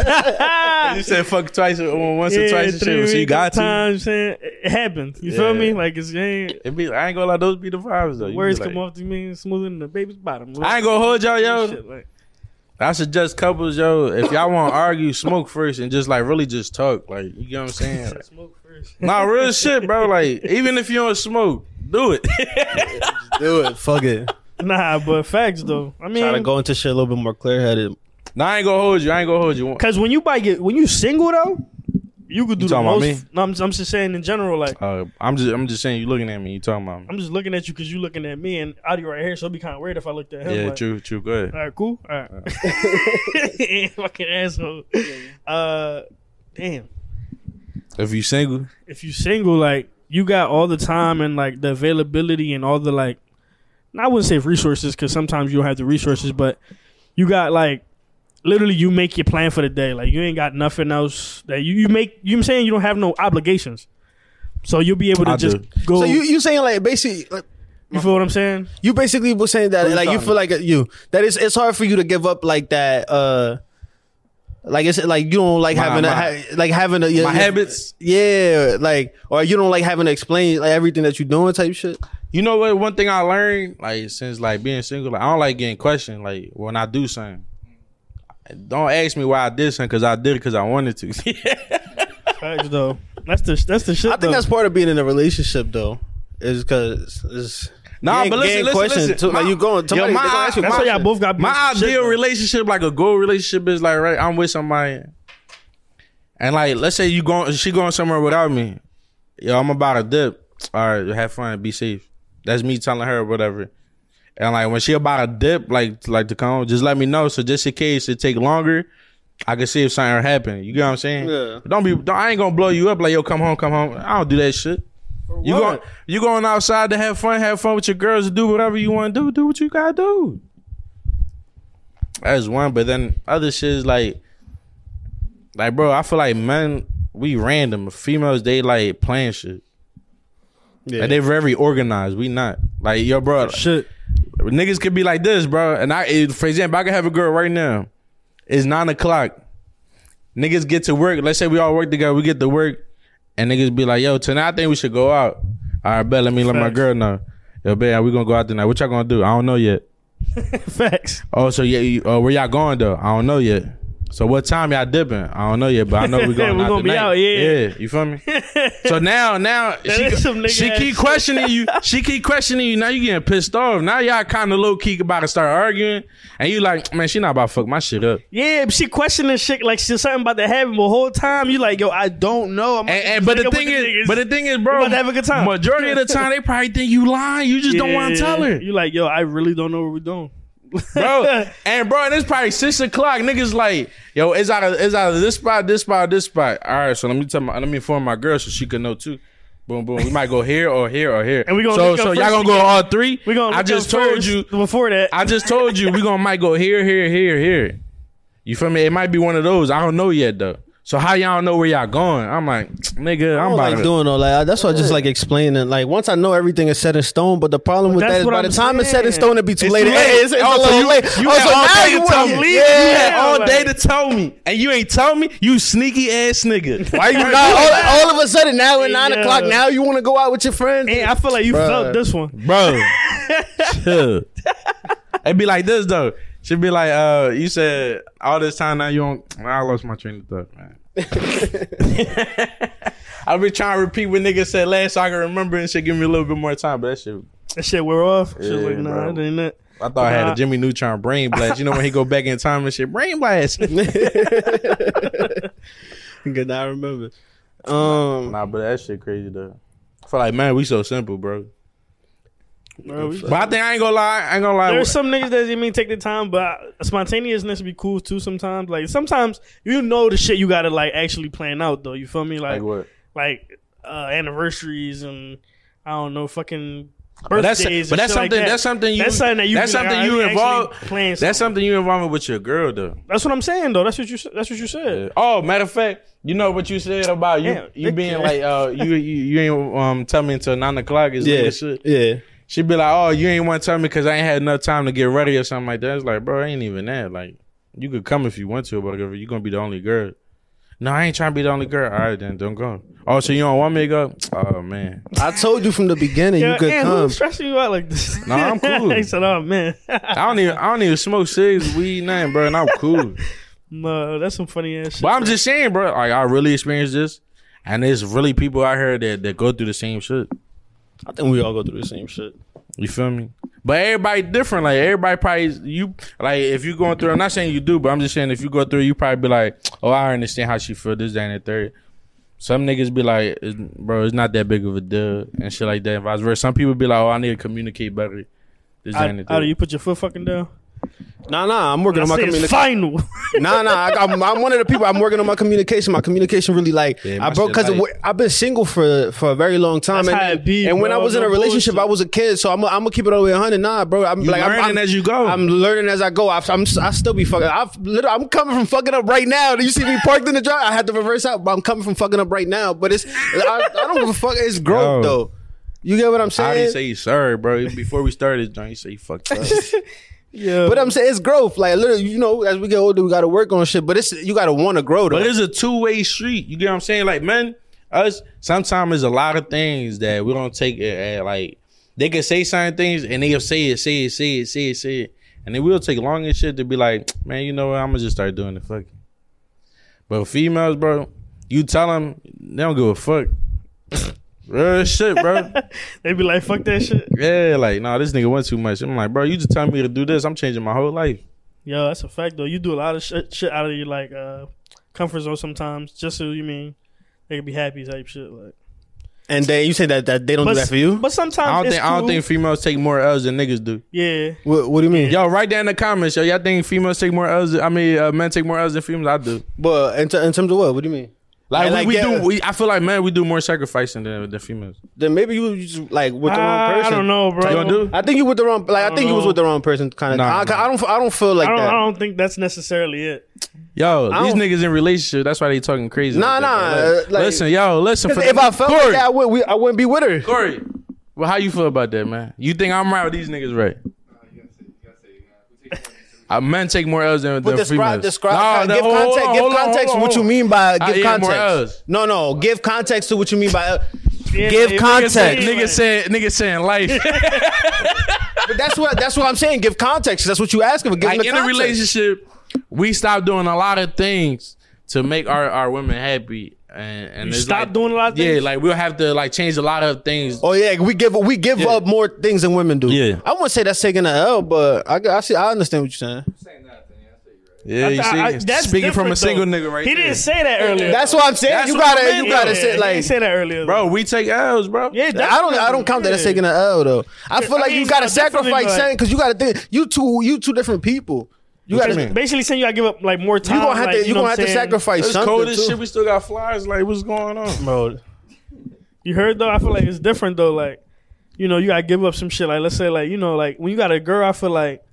You said fuck twice, or once or twice,
three
and shit. So you
weeks
got to.
times, saying it happens. You feel
Yeah.
me? Like it's it ain't,
It be. I ain't gonna let those be the vibes though. You be
words
like-
come off the mean smoother than the baby's bottom.
I ain't gonna hold y'all, yo.
Shit, like,
I suggest couples, yo, if y'all want to argue, smoke first and just like really just talk. Like, you get what I'm saying? Like,
smoke first.
nah, real shit, bro. Like, even if you don't smoke, do it.
Do it. Fuck it.
nah, but facts though. I mean,
Try to go into shit a little bit more clear headed.
Nah, I ain't gonna hold you. I ain't gonna hold you.
Cause when you buy get when you single though, you could do the
talking about
most.
me?
No, I'm, I'm just saying in general. Like
Uh, I'm just, I'm just saying. You looking at me? You talking about me?
I'm just looking at you because you looking at me and Audi right here. So it'd be kind of weird if I looked at him.
Yeah,
like,
true, true. Go ahead.
All right, cool. All right, fucking asshole. Uh, damn.
If you single,
If you single, like you got all the time and like the availability and all the like. and I wouldn't say resources because sometimes you don't have the resources, but you got like literally you make your plan for the day. Like you ain't got nothing else that you, you make. You know what I'm saying you don't have no obligations, so you'll be able to
I
just
do.
go.
So you
you,
you saying like basically like,
feel what I'm saying?
you basically was saying that like you feel like you that it's it's hard for you to give up like that uh like it's like you don't like
My-
having a,
my-
ha- like having a your,
my
your-
habits.
yeah like or you don't like having to explain like everything that you doing type shit
You know what? One thing I learned, like since like being single, like I don't like getting questioned. Like when I do something, don't ask me why I did something because I did it because I wanted to.
Facts though. That's the that's the shit.
I think
though.
that's part of being in a relationship though is because it's
Nah, but listen, listen, listen.
too, like
My-
you going somebody,
my-
they gonna ask you
that's
why
why y'all
shit.
both got
My
shit,
ideal
though.
relationship, like a goal relationship, is like right. I'm with somebody, and like let's say you going, she going somewhere without me. Yo, I'm about to dip. All right, have fun, be safe. That's me telling her whatever. And like when she about to dip, like like to come, home, just let me know. So just in case it take longer, I can see if something happen. You get what I'm saying?
Yeah.
Don't be. Don't, I ain't gonna blow you up like yo. Come home, come home. I don't do that shit. You going you going outside to have fun, have fun with your girls, do whatever you want to do, do what you gotta do. That's one, but then other shit is like, like bro, I feel like men we random. Females they like playing shit.
Yeah.
Like, they very organized. We not like yo, bro.
Shit.
Niggas could be like this, bro. And I, if- for example, I could have a girl right now. It's nine o'clock. Niggas get to work. Let's say we all work together. We get to work, and niggas be like, "Yo, tonight I think we should go out." All right, bet. Let me let my
Facts.
girl know. Yo, bet we gonna go out tonight. What y'all gonna do? I don't know yet.
Facts.
Oh, so yeah, you, uh, where y'all going though? I don't know yet. So what time y'all dipping? I don't know yet, but I know we going
We
out
gonna be
tonight.
out, yeah.
yeah. You feel me? so now, now she,
is some nigga
she
ass
keep
shit.
questioning you. She keep questioning you. Now you getting pissed off. Now y'all kind of low key about to start arguing, and you like, man, she not about to fuck my shit up.
Yeah, but she questioning shit like she's something about to happen the whole time. You like, yo, I don't know. I'm
And, and but the
Nigga,
thing
what
is, but the thing is, bro,
about to have a good time.
Majority of the time, they probably think you lying. You just don't want to
Yeah.
tell her.
You like, yo, I really don't know what we're doing.
bro. And bro, and it's probably six o'clock. Niggas like, yo, it's out of it's out of this spot, this spot, this spot. All right, so let me tell my let me inform my girl so she can know too. Boom, boom. We might go here or here or here.
And we gonna
so
link up
so y'all
first
gonna go
again.
all three.
We gonna.
I
look
just
up
told
first
you.
before that.
I just told you. We gonna might go here, here, here, here. You feel me? It might be one of those. I don't know yet though. So how y'all know where y'all going? I'm like, nigga,
I don't
I'm about
like
to.
doing all that. That's why I just like explaining. Like once I know everything is set in stone, but the problem with
That's
that is
what
by
I'm
the time it's set in
saying.
stone, it'd be too
It's
late.
too late.
Hey, It's, it's
Oh,
a
so
little
you-
late.
you
oh,
had
so
all
now
day
you
to
want-
tell me.
Yeah.
You had all
like-
day to tell me, and you ain't tell me. You sneaky ass nigga. Why you
Nah, all, all of a sudden now at nine
Yeah.
o'clock now you want to go out with your friends.
And I feel like you
Bruh.
felt this one.
bro? chill. It'd be like this though. She'd be like, uh, you said all this time now you don't. I lost my train of thought, man. I've been trying to repeat what niggas said last, so I can remember and shit. Give me a little bit more time, but that shit.
That shit wear off. She was
Yeah,
like, nah,
bro.
it ain't that.
I thought I had
Uh-huh.
Nah.
a Jimmy Neutron brain blast. You know when he go back in time and shit, brain blast.
Good, I remember. Um,
Nah, but that shit crazy though. I feel like man, we so simple, bro.
Bro, we-
But I think I ain't gonna lie. I ain't gonna lie.
There's some niggas that didn't mean take the time, but spontaneousness be cool too sometimes. Like sometimes you know the shit you gotta like actually plan out though. You feel me? Like
like what?
like uh, anniversaries and I don't know fucking birthdays. and
But that's but that's
shit like
something
that.
that's something you
that's something that you
that's
be like,
something
"Alright,
you
we
involve
actually playing
that's
something."
something you involving with your girl though.
That's what I'm saying though. That's what you s- that's what you said.
Oh, matter of fact, you know what you said about you
Yeah,
you
dick
being
ass.
like uh you you, you ain't um tell me until nine o'clock is
yeah,
yeah. shit.
yeah.
She be like, oh, you ain't want to tell me because I ain't had enough time to get ready or something like that. It's like, bro, ain't even that. Like, you could come if you want to, but whatever. You gonna be the only girl. No, I ain't trying to be the only girl. All right, then don't go. Oh, so you don't want me to go? Oh man,
I told you from the beginning you
Yeah,
could
and
come.
who's stressing you out like this?
Nah, I'm cool.
he said, "Oh man,
I don't even I don't even smoke cigs, weed, nothing, bro, and I'm cool.
no, that's some funny ass shit."
But I'm just saying, bro, like I really experienced this, and there's really people out here that that go through the same shit.
I think we all go through the same shit.
You feel me? But everybody different. Like everybody probably you like if you going through. I'm not saying you do, but I'm just saying if you go through, you probably be like, oh, I understand how she feel this, that, and the third. Some niggas be like, "It's- bro, it's not that big of a deal and shit like that, and vice versa. Some people be like, oh, I need to communicate better. This, that, and the
Out
third.
you put your foot fucking down.
Nah, nah. I'm working
I
on my
say it's
communication.
final.
nah, nah. I, I'm, I'm one of the people. I'm working on my communication. My communication really like
Yeah, my
I broke
shit
because
light.
I've been single for for a very long time.
That's
and
how it be,
and when
bro.
I was in
No
a relationship,
bullshit.
I was a kid, so I'm i I'm gonna keep it all the way 100. Nah, bro. I'm
You
like I'm-
learning
I'm,
as you go.
I'm learning as I go. I, I'm I still be fucking. I've lit- I'm coming from fucking up right now. You see me parked in the drive. I had to reverse out, but I'm coming from fucking up right now. But it's I, I don't give a fuck. It's growth
Yo.
though. You get what I'm
I
saying?
didn't say sorry, bro. Even Before we started, John, you say you fucked up.
yeah,
but I'm saying it's growth. Like literally, you know, as we get older, we gotta work on shit. But it's you gotta want to grow though.
But it's a two way street. You get what I'm saying? Like, man, us sometimes there's a lot of things that we don't take it at like they can say certain things and they'll say it, say it, say it, say it, say it. And it will take long as shit to be like, man, you know what? I'm gonna just start doing the fucking. But females, bro, you tell them they don't give a fuck. Real shit, bro.
they be like, "Fuck that shit."
Yeah, like, nah, this nigga went too much. I'm like, bro, you just tell me to do this. I'm changing my whole life.
Yo, that's a fact though. You do a lot of shit, shit out of your like uh, comfort zone sometimes, just so you mean they can be happy type shit. Like,
and then you say that that they don't do that for you.
But sometimes
I don't
it's
think I don't
cool.
think females take more L's than niggas do.
Yeah,
What, what do you mean?
Yo, write down in the comments. Yo, y'all think females take more L's? I mean, uh, men take more L's than females. I do.
But in, t- in terms of what? What do you mean?
Like,
Yeah,
we,
like,
we
yeah.
do. We, I feel like man, we do more sacrificing than, than females.
Then maybe you was just like with the wrong
I, I
person.
don't know, bro.
You don't do?
I think you with the wrong. Like I, think you was
know.
with the wrong person. Kind of.
Nah,
I,
nah.
I don't. I don't feel like
I don't,
that.
I don't think that's necessarily it.
Yo,
I
these
don't-
niggas in relationship. That's why they talking crazy.
Nah,
like that,
nah,
bro.
uh, like-
listen, yo, listen. For
if I felt
Corey,
like that, I would. We, I wouldn't be with her.
Corey, Well, how you feel about that, man? You think I'm right or these niggas right? Uh, men take more L's than,
But
than
describe,
females.
describe,
no,
give
hold on,
context. give
hold on,
context.
hold on,
What you
hold on.
mean by
I
give
am Morales.
context? No, no. Give context to what you mean by. L-
Yeah,
give
yeah,
Nigga said,
context.
nigga said, nigga saying life.
But that's what that's what I'm saying. Give context. That's what you asking for. Give
like
them the
in a
context.
relationship, we stop doing a lot of things to make our, our women happy, and, and
You
it's
stop
like-
doing a lot of
Yeah,
things?
like we'll have to like change a lot of things.
Oh yeah, we give we give
Yeah.
up more things than women do.
Yeah.
I wouldn't say that's taking an L, but I, I see I understand what you're saying.
yeah, you see,
I- I- that's
speaking from a
different,
single
though.
nigga right
He
there.
didn't say that earlier.
That's what I'm saying.
That's
you
what
gotta
I meant,
you gotta
though.
say
Yeah, he
like
didn't say that earlier,
bro. We take L's, bro.
Yeah,
I don't I don't count that as
definitely.
taking an L though. I feel
I
like
mean,
you gotta
it's definitely
sacrifice
like-
something because you gotta think you two you two different people. You gotta
It's basically saying you gotta give up like more time.
you gonna have
like,
to you
know
gonna
what
have to
I'm saying?
sacrifice
it's
something.
cold as shit.
too.
We still got flies. Like, what's going on?
Bro, you heard though. I feel like it's different though. Like, you know, you gotta give up some shit. Like, let's say like you know, like when you got a girl, I feel like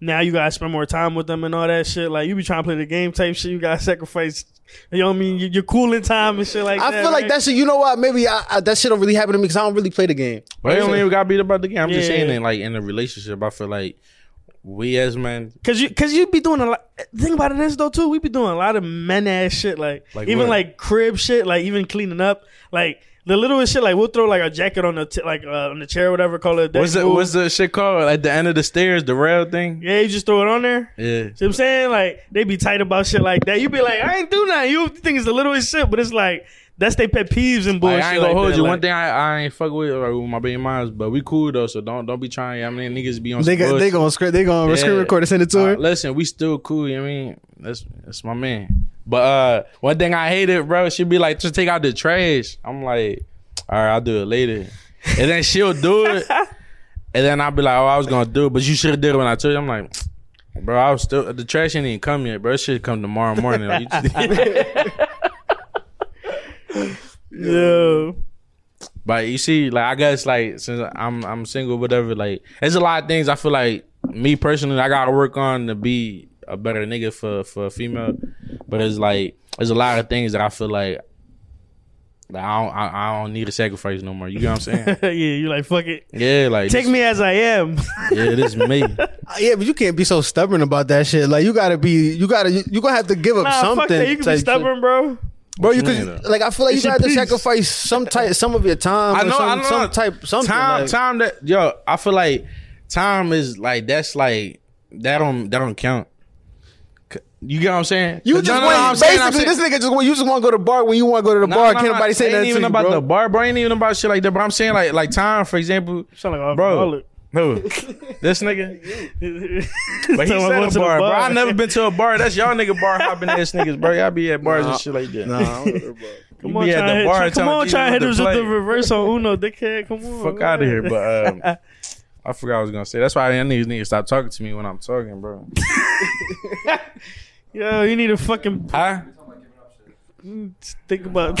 now you gotta spend more time with them and all that shit. Like, you be trying to play the game type shit. You gotta sacrifice. You know what I mean? Your, your cooling time and shit like
I
that.
feel like
right?
that shit. You know what? Maybe I, I, that shit don't really happen to me because I don't really play the game.
But it don't even got beat about the game. I'm just
Yeah.
saying that, like in a relationship, I feel like we as men,
Cause you, cause you be doing a lot. Think about it is though too. We be doing a lot of men ass shit, like,
Like
even
what?
like crib shit, like even cleaning up, like the littlest shit. Like we'll throw like a jacket on the t- like uh, on the chair, or whatever. Call it. A day.
what's the
Ooh.
what's the shit called at the end of the stairs, the rail thing?
Yeah, you just throw it on there.
Yeah,
See what I'm saying? Like they be tight about shit like that. You be like, I ain't do nothing. You think it's the littlest shit, but it's like that's they pet peeves and bullshit.
Like, I ain't gonna
like
hold
that,
you.
like-
One thing I, I ain't fuck with like, with my baby moms, but we cool though. So don't don't be trying. I mean, niggas be on.
They
some
got, they
bullshit.
gonna script, they gonna
Yeah.
screen record and send it to
Uh,
her.
listen, we still cool. You know what I mean, that's that's my man. But uh, one thing I hated, bro, she be like, just take out the trash. I'm like, all right, I'll do it later. And then she'll do it, and then I'll be like, oh, I was gonna do it, but you should have did it when I told you. I'm like. Bro, I was still the trash ain't even come yet, bro. It should come tomorrow morning. Like, you just-
Yo.
But you see, like I guess, like since I'm I'm single, whatever. Like there's a lot of things I feel like me personally I gotta work on to be a better nigga for for a female. But it's like there's a lot of things that I feel like that I don't I, I don't need to sacrifice no more. You know what I'm saying?
yeah, you like fuck it.
yeah, like
Take
this-
me as I am.
Yeah, this is me.
Uh, Yeah, but you can't be so stubborn about that shit. Like you gotta be, you gotta, you, you gonna have to give up
nah,
something.
fuck that. You can
type
be
shit.
stubborn, bro.
bro. You
Man,
could
though.
like I feel like you
It's your
gotta
peace.
sacrifice some type, some of your time.
I know,
or some,
I know.
some type, something.
time,
like-
time that yo, I feel like time is like that's like that don't that don't count. C- You get what I'm saying?
You
No,
just
no, no,
went,
I'm saying- I'm
basically
saying-
this nigga just went, you just want to go to the bar when you want to go to the
No,
bar.
no,
Can't
no,
nobody say
ain't
that
even
to you,
about
bro.
the bar, bro. Ain't even about shit like that. But I'm saying like like time, for example,
Sound like an
bro.
alcoholic.
Who? This nigga. But
Someone
he said
went to the
a bar, bro.
bar.
I never been to a bar. That's y'all nigga bar hopping ass niggas, bro. Y'all be at bars and shit like that.
Come
You
on,
be at
try
the
to hit,
bar
try,
and
come
telling
on, try to
people
hit
to
us with
play.
the reverse on Uno, dickhead. Come on,
Fuck out of here.
man.
But um, I forgot what I was gonna say. That's why I niggas need to stop talking to me when I'm talking, bro.
yo, you need to fucking
Huh?
think about.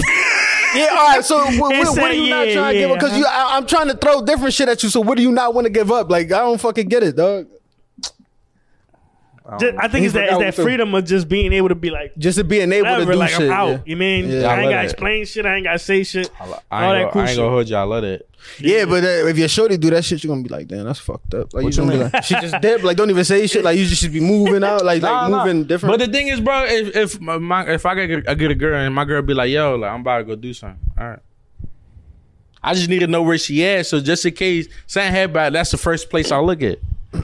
Yeah, all right. So what,
He
what, what
said,
are you not
yeah,
trying to give up?
yeah,
Because you, I, I'm trying to throw different shit at you. So what do you not want to give up? Like I don't fucking get it, dog.
I don't
Just-
know.
I think
He
it's that, it's
forgot
that
what to-
freedom of just being able to be like,
Just to being able to
whatever,
do
like
shit.
I'm out.
Yeah.
You mean
Yeah, I
I ain't
love
gotta
that.
explain shit. I ain't gotta say shit.
I
all that
ain't, gonna,
cool
I ain't
shit.
gonna hold you. I love it.
Yeah, but uh, if your shorty do that shit, you're gonna be like, damn, that's fucked up. Like you gonna be like, she just dead. Like don't even say shit. Like you just should be moving out. Like like
Nah, nah.
moving different.
But the thing is, bro, if if my- my if I get I get a girl and my girl be like, yo, like I'm about to go do something. All right. I just need to know where she at. So just in case something happen, that's the first place I look at.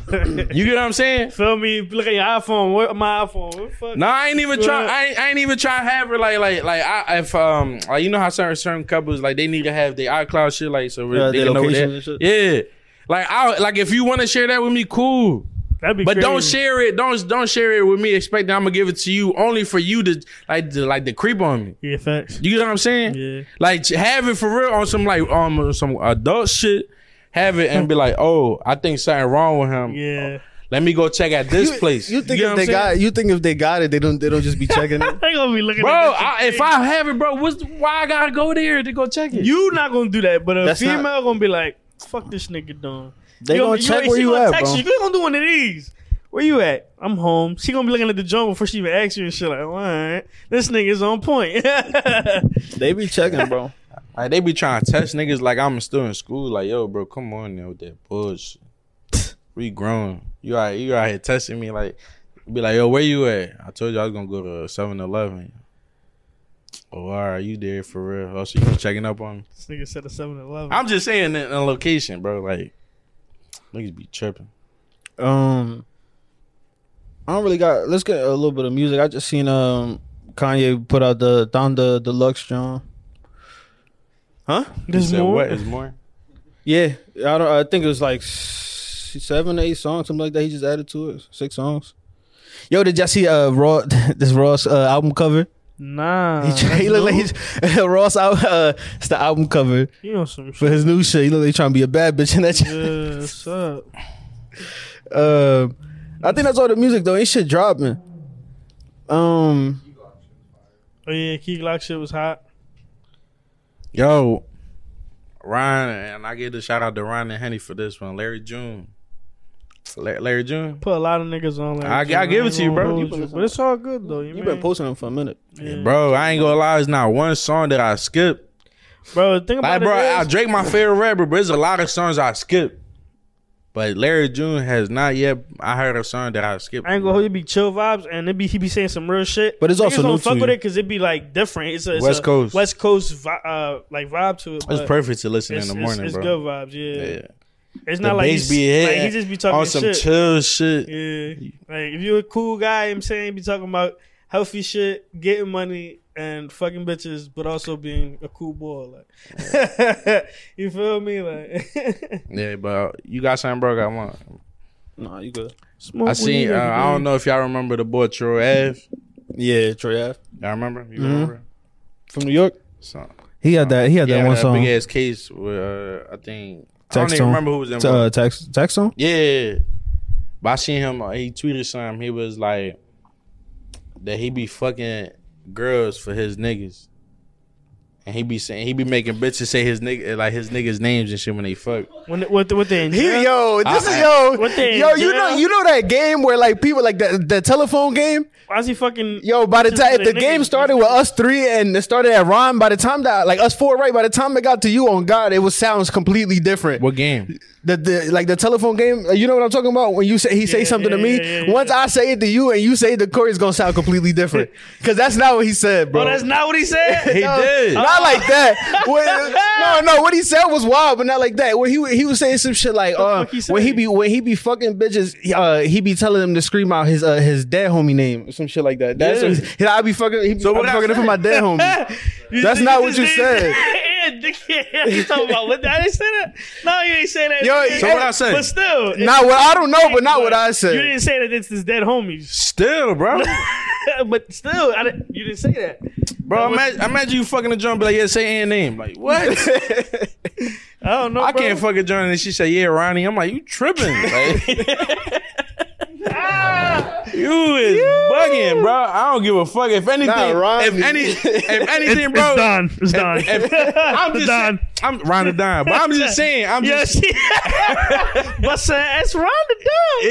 you get what I'm saying?
Feel me? Look at your iPhone. What my iPhone? What the fuck?
No, I ain't even try. I ain't, I ain't even try to have her like like like I if um like you know how certain certain couples like they need to have their iCloud shit like so
Yeah,
they
their
can know
locations
that.
and
Yeah, like I like if you want to share that with me, cool.
That'd be
But
crazy.
don't share it. Don't don't share it with me. Expecting I'm gonna give it to you only for you to like to, like to creep on me.
Yeah, facts.
You know what I'm saying?
Yeah.
Like j- have it for real on some like um some adult shit. Have it and be like, oh, I think something wrong with him.
Yeah.
Let me go check at this
you,
place.
You think
get
if
what
they
I'm saying?
got you think if they got it, they don't they don't just be checking it.
They gonna be looking.
Oh.
at
Bro,
this
I,
shit.
if I have it, bro, what's why I gotta go there to go check it?
you not gonna do that, but a
That's not-
female gonna be like, "Fuck this nigga, done."
They
You
gonna
be-
check
you,
where
she
you
gonna
at,
text
bro.
You. She gonna do one of these. Where you at? I'm home. She gonna be looking at the jump before she even asks you and shit. Like, all right, this nigga's on point.
They be checking, bro.
Like they be trying to test niggas like I'm still in school. Like yo, bro, come on now with that bullshit. We grown. You out you out here testing me like be like yo, where you at? I told you I was gonna go to 7-Eleven. Oh, all right, you there for real? Oh, so you checking up on me?
This nigga said a 7 Eleven.
I'm just saying that in a location, bro. Like niggas be tripping.
Um, I don't really got. Let's get a little bit of music. I just seen um Kanye put out the Donda Deluxe John. Huh?
There's
You said,
more?
What is more?
Yeah, I don't. I think it was like s- seven, eight songs, something like that. He just added to it, six songs. Yo, did y'all see uh Raw this Ross uh, album cover?
Nah.
He, try- he
that's
look like
new.
he's Ross out. Uh, it's the album cover
You know some
for
shit.
his new shit. He look like he trying to be a bad bitch in that. shit.
Yeah, what's up?
Um, I think that's all the music though. Ain't shit dropping. Um,
Oh yeah, Key Glock shit was hot.
Yo, Ryan, and I give the shout out to Ryan and Henny for this one. Larry June. La- Larry June?
Put a lot of niggas on there.
I- I give it to you, bro. You been
But it's all good though. You,
you
mean-
been posting them for a minute.
yeah. bro.
Bro, I ain't gonna lie, it's not one song that I skipped.
Bro, think about
Like,
it.
bro, I
is-
Drake my favorite rapper, but there's a lot of songs I skipped. But Larry June has not yet. I heard a song that I skipped.
I ain't gonna hold you. Be chill vibes, and it be he be saying some real shit.
But it's
Niggas
also
don't
new to
fuck with
you.
it because it be like different. It's a it's
West
a
Coast.
West Coast vi- uh, like vibe to it.
It's
but
perfect to listen
It's,
in the
it's-
morning,
it's
bro.
good vibs. Yeah,
Yeah.
it's
The
not like,
bass
he's,
be hit
like he just be talking
on some
shit.
chill shit.
Yeah, like if you're a cool guy, I'm saying be talking about healthy shit, getting money, and fucking bitches, but also being a cool boy. Like, you feel me? Like,
Yeah, but you got something, bro? Got one.
Nah, you good?
smoke
I seen.
weed
Uh,
every
I don't
day.
know if y'all remember the boy Troy Ave.
Yeah, Troy Ave.
Y'all remember?
Mm-hmm.
You remember?
from New York.
So,
He had that. He had
yeah,
that one
that
song.
big ass case with uh, I think I don't
Text
even
on-
remember who was
T- uh,
involved.
tax tax song.
yeah, but I seen him. uh, He tweeted something. He was like that he be fucking girls for his niggas, and he be saying he be making bitches say his nigga like his niggas names and shit when they fuck.
when what what they in
He,
jail?
yo, this
I-
is yo,
What the
yo. You know,
hell?
you know that game where like people like the the telephone game.
Why's he fucking
Yo, by the
Just
time
for
if the
the
game
niggas.
started with us three and it started at Ron, by the time that like us four, right? By the time it got to you on God, it was sounds completely different.
What game?
The, the like the telephone game, uh, you know what I'm talking about? When you say he say
Yeah,
something to
yeah,
me,
yeah, yeah,
once I say it to you and you say it to Corey, it's gonna sound completely different. Cause that's not what he said, bro.
Oh, that's not what he said.
He
No,
did.
Not like that. When- no, no. What he said was wild, but not like that. When he he was saying some shit like, uh,
fuck he
when he
say?
be when he be fucking bitches, he, uh, he be telling them to scream out his uh, his dead homie name or some shit like that. That's
Yeah.
what he, I be fucking. He be,
So
so
what I
fucking up
said?
for my dead homie.
You
That's
think-
not what
just
you
think- Yeah, dickhead. You talking about what? I didn't say that. No, you didn't say that.
Yo,
Yeah,
so
what I say?
But still,
Not what I don't know, but not what I
You
said.
didn't say that it's his dead homies.
Still, bro.
but still, I didn't, you didn't say that.
Bro, imagine, imagine you fucking a drunk, be like, yeah, say a name. Like, what?
I don't know.
I
bro.
can't fuck a joint. And she said, yeah, Ronnie. I'm like, you tripping. Like,
Ah!
you is bugging, bro. I don't give a fuck. If anything,
Ronnie.
if, any, if anything,
It's
bro.
done. It's done.
if- I'm just
Don.
saying- I'm Ron the Don, but I'm just saying, I'm
Yeah,
just
she, but sir, it's Ron the dude.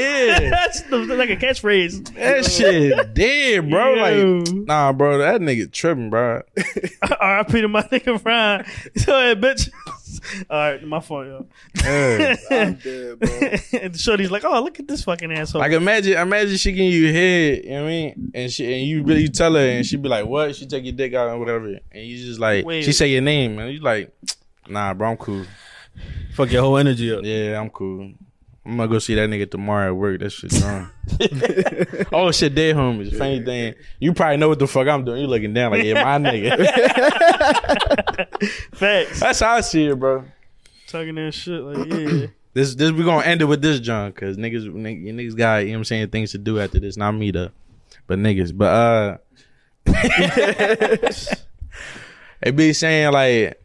Yeah.
that's the, like a catchphrase.
that shit dead, bro.
Yo.
Like, nah, bro, that nigga tripping, bro.
R.I.P. to my nigga Ron. So yeah, bitch. All right, my fault, yo.
Yeah.
and Shorty's like, oh, look at this fucking asshole.
Like imagine, imagine she can you head, you know what I mean, and she and you really you tell her, and she be like, "What?" She take your dick out and whatever, and you just like,
Wait.
she say your name, and you like, "Nah, bro, I'm cool.
Fuck your whole energy up.
Yeah, I'm cool. I'm gonna go see that nigga tomorrow at work. That shit's wrong. oh shit, dead homies. If anything, you probably know what the fuck I'm doing. You looking down like, yeah, my nigga.
Facts.
That's how I see it, bro.
Talking that shit. Like, yeah.
This, this we gonna end it with this, John, cause niggas, niggas, niggas got you know what I'm saying things to do after this. Not me though, but niggas. But uh, it be saying like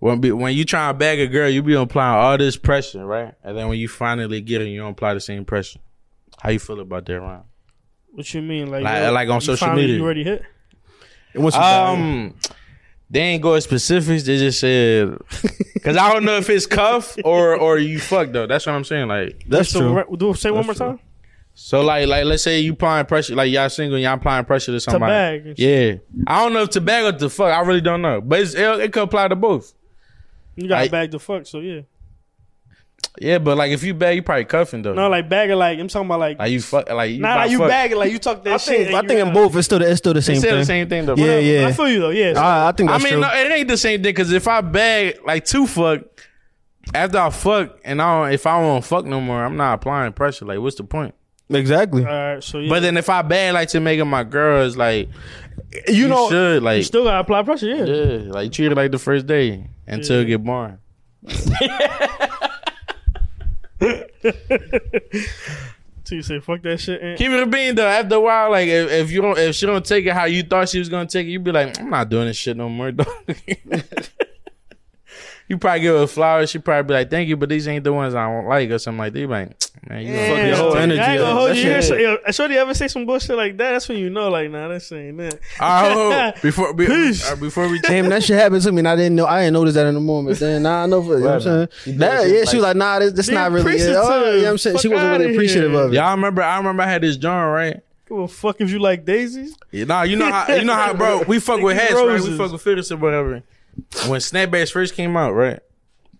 when be, when you try to bag a girl, you be applying all this pressure, right? And then when you finally get her, you don't apply the same pressure. How you feel about that, Ron?
What you mean? Like,
Like-
yo,
like on
you
social
finally-
media.
You already hit?
And once you die,
Um, they ain't go into specifics. They just said because I don't know if it's cuff or or you fuck though. That's what I'm saying. Like
that's
so,
true.
re- Do, say one more
That's true.
time.
So like like let's say you applying pressure like y'all single and y'all applying pressure to somebody.
bag and
Yeah. I don't know if to bag or to fuck. I really don't know. But it's, it, it could apply to both.
You got
I-
to bag the fuck, so yeah.
Yeah, but like if you bag, you probably cuffing though.
No, like bag it like I'm talking about like
like you fuck like you
not
about
like you
fuck.
bag it like you talk that
I
shit.
think,
and
I
you
think in
not-
both it's still the, it's still the
They
same
said
thing.
the same thing though.
Yeah,
I
yeah.
feel you though. Yeah, so
I, I think
I
that's
mean,
true.
no, it ain't the same thing because if I bag like two fuck, after I fuck and I don't, if I don't fuck no more, I'm not applying pressure. Like, what's the point?
exactly.
uh,
all right, so yeah.
But then if I bag like to making my girls like
you,
you
know,
should like
you still got to apply pressure. Yeah.
yeah like treat it like the first day until it get born.
So you say fuck that shit. And,
Keep it a bean though. After a while, like if, if you don't if she don't take it how you thought she was gonna take it, you be like, I'm not doing this shit no more. Dog. you probably give her flowers. She probably be like, thank you, but these ain't the ones I don't like or something like that. You be like, man, you gonna fuck
Damn,
your
whole
whole
I ain't
energy
gonna
up.
hold
That
you.
shit-
here, So, yo, shorty ever say some bullshit like that? That's when you know, like, nah, that's ain't that.
All right, hold on. before be,
Peace.
all right, before we
Damn, that shit happened to me, and I didn't know. I didn't notice that in the moment. Then nah, I know for you know what I'm saying. That, yeah, she was like, nah, this, this
Being
not really. It.
appreciative.
Oh, you know what I'm saying? She
Fuck
wasn't
outta
really appreciative
here.
of it.
y'all remember, I remember I had this joint right.
Give a fuck if you like daisies.
Yeah, Nah, you know how you know how bro we fuck with hats, right?
Roses.
We fuck with fitters or whatever. When Snapbacks first came out, right?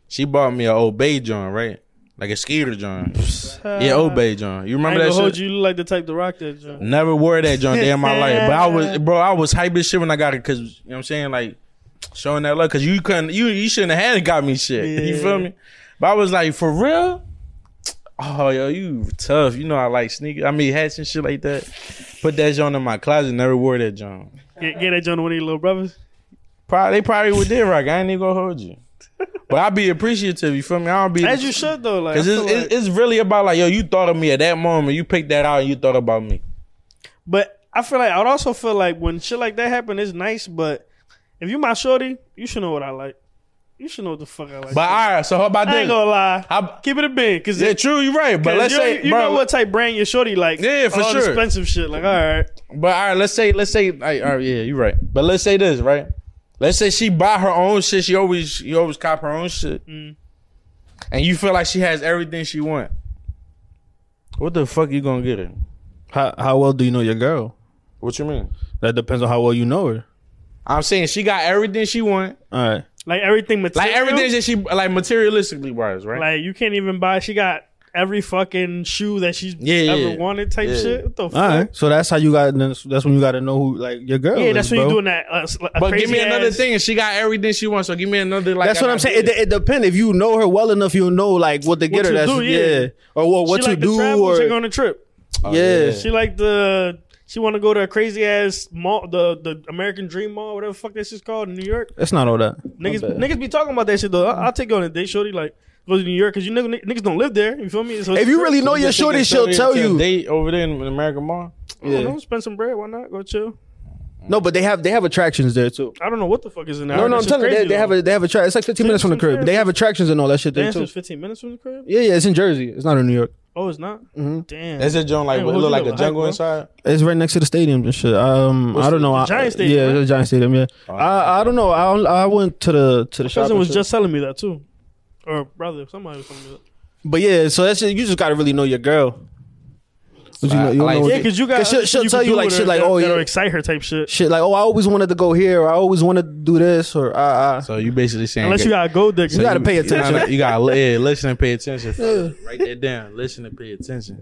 She bought me an old bay joint, right? Like a skeeter joint. Yeah, old bay joint. You
I ain't
remember
gonna
that
hold
shit?
you. You look like the type to rock that joint.
Never wore that joint day in my life. But I was bro, I was hype as shit when I got it cause you know what I'm saying, like showing that love. Cause you couldn't you you shouldn't have had got me shit. You feel me? But I was like, for real? Oh yo, you tough. You know I like sneakers. I mean hats and shit like that. Put that joint in my closet, never wore that joint.
Get, get that joint to one of your little brothers.
Probably, they probably would did rock. I ain't even gonna hold you, but I be appreciative. You feel me? I don't be
As you should though. Like, I
Cause it's,
feel like-
it's, it's really about like yo, you thought of me at that moment. You picked that out. and You thought about me.
But I feel like I'd also feel like when shit like that happen, it's nice. But if you my shorty, you should know what I like. You should know what the fuck I like.
But all right, so how about
I ain't
that?
gonna lie.
How,
Keep it a bin, cause
yeah,
it,
true. You're right. But let's
you,
say,
you
bro,
know what type brand your shorty like.
Yeah, for
All
sure.
Expensive shit. Like, all right,
But all right, let's say, let's say, like, all right, yeah, you're right. But let's say this, right? Let's say she buy her own shit. She always, she always cop her own shit,
Mm.
and you feel like she has everything she want. What the fuck you gonna get her?
How how well do you know your girl?
What you mean?
That depends on how well you know her.
I'm saying she got everything she want.
All right.
like everything
Like
material.
everything that she like materialistically wise, right?
Like you can't even buy. She got every fucking shoe that she's
Yeah, yeah,
ever
yeah.
wanted type
Yeah.
shit. What the fuck?
All right. So that's how you got. That's when you got to know who like your girl.
Yeah, that's
is,
when you're
bro.
doing that. Uh, s- a
but give
crazy
me another
ass-
thing. She got everything she wants, so give me another like.
That's what I'm saying. It,
idea.
it depends. If you know her well enough, you'll know like what to get
What
her.
to
That's
do, yeah.
yeah. Or what, what
she
to
like to
do
travel,
or
take on a trip.
Oh,
yeah.
She like the. She want to go to a crazy ass mall, the the American Dream Mall, whatever the fuck that shit's called in New York.
That's not all that.
Niggas,
My bad.
niggas be talking about that shit though. I, I'll take you on a date, shorty. Like go to New York because you niggas, niggas don't live there. You feel me? So it's
If
a
you
trip.
really know your
Just
shorty,
taking
she'll
somebody
tell
to a
you.
Date over there in American Mall.
I don't
Yeah.
know, spend some bread. Why not go chill?
No, but they have they have attractions there too.
I don't know what the fuck is in there.
No, no, I'm
This is
telling you, they,
crazy,
they have
though.
a they have a tra- It's like 15 minutes from the
Danson's
crib. They have attractions and all that shit there
Dance
too.
is 15 minutes from the crib.
Yeah, yeah, it's in Jersey. It's not in New York.
Oh, it's not. Damn.
Is it John like
Hey,
what
what you
it look like a
look
jungle
like,
inside?
It's right next to the stadium and shit. Um, I don't know. I-
Giant Stadium,
Yeah,
right? Oh,
the Giant Stadium. Yeah, I I don't know. I I went to the to the shop.
cousin
and
was
shit.
just telling me that too, or brother, somebody was telling me that.
But yeah, so that's just, you just gotta really know your girl. But you know, you
I like-
know
Yeah,
Yeah, because you got.
Cause she'll, she'll
you
tell
can
you
do
like
with
shit,
her
like
that-
oh
that'll
yeah,
excite her type shit.
shit, like oh I always wanted to go here, or I always wanted to do this, or uh, uh.
So you basically saying
Unless you got a gold digger.
you gotta pay attention.
You gotta li- yeah, listen and pay attention. fella. Write that down. Listen and pay attention.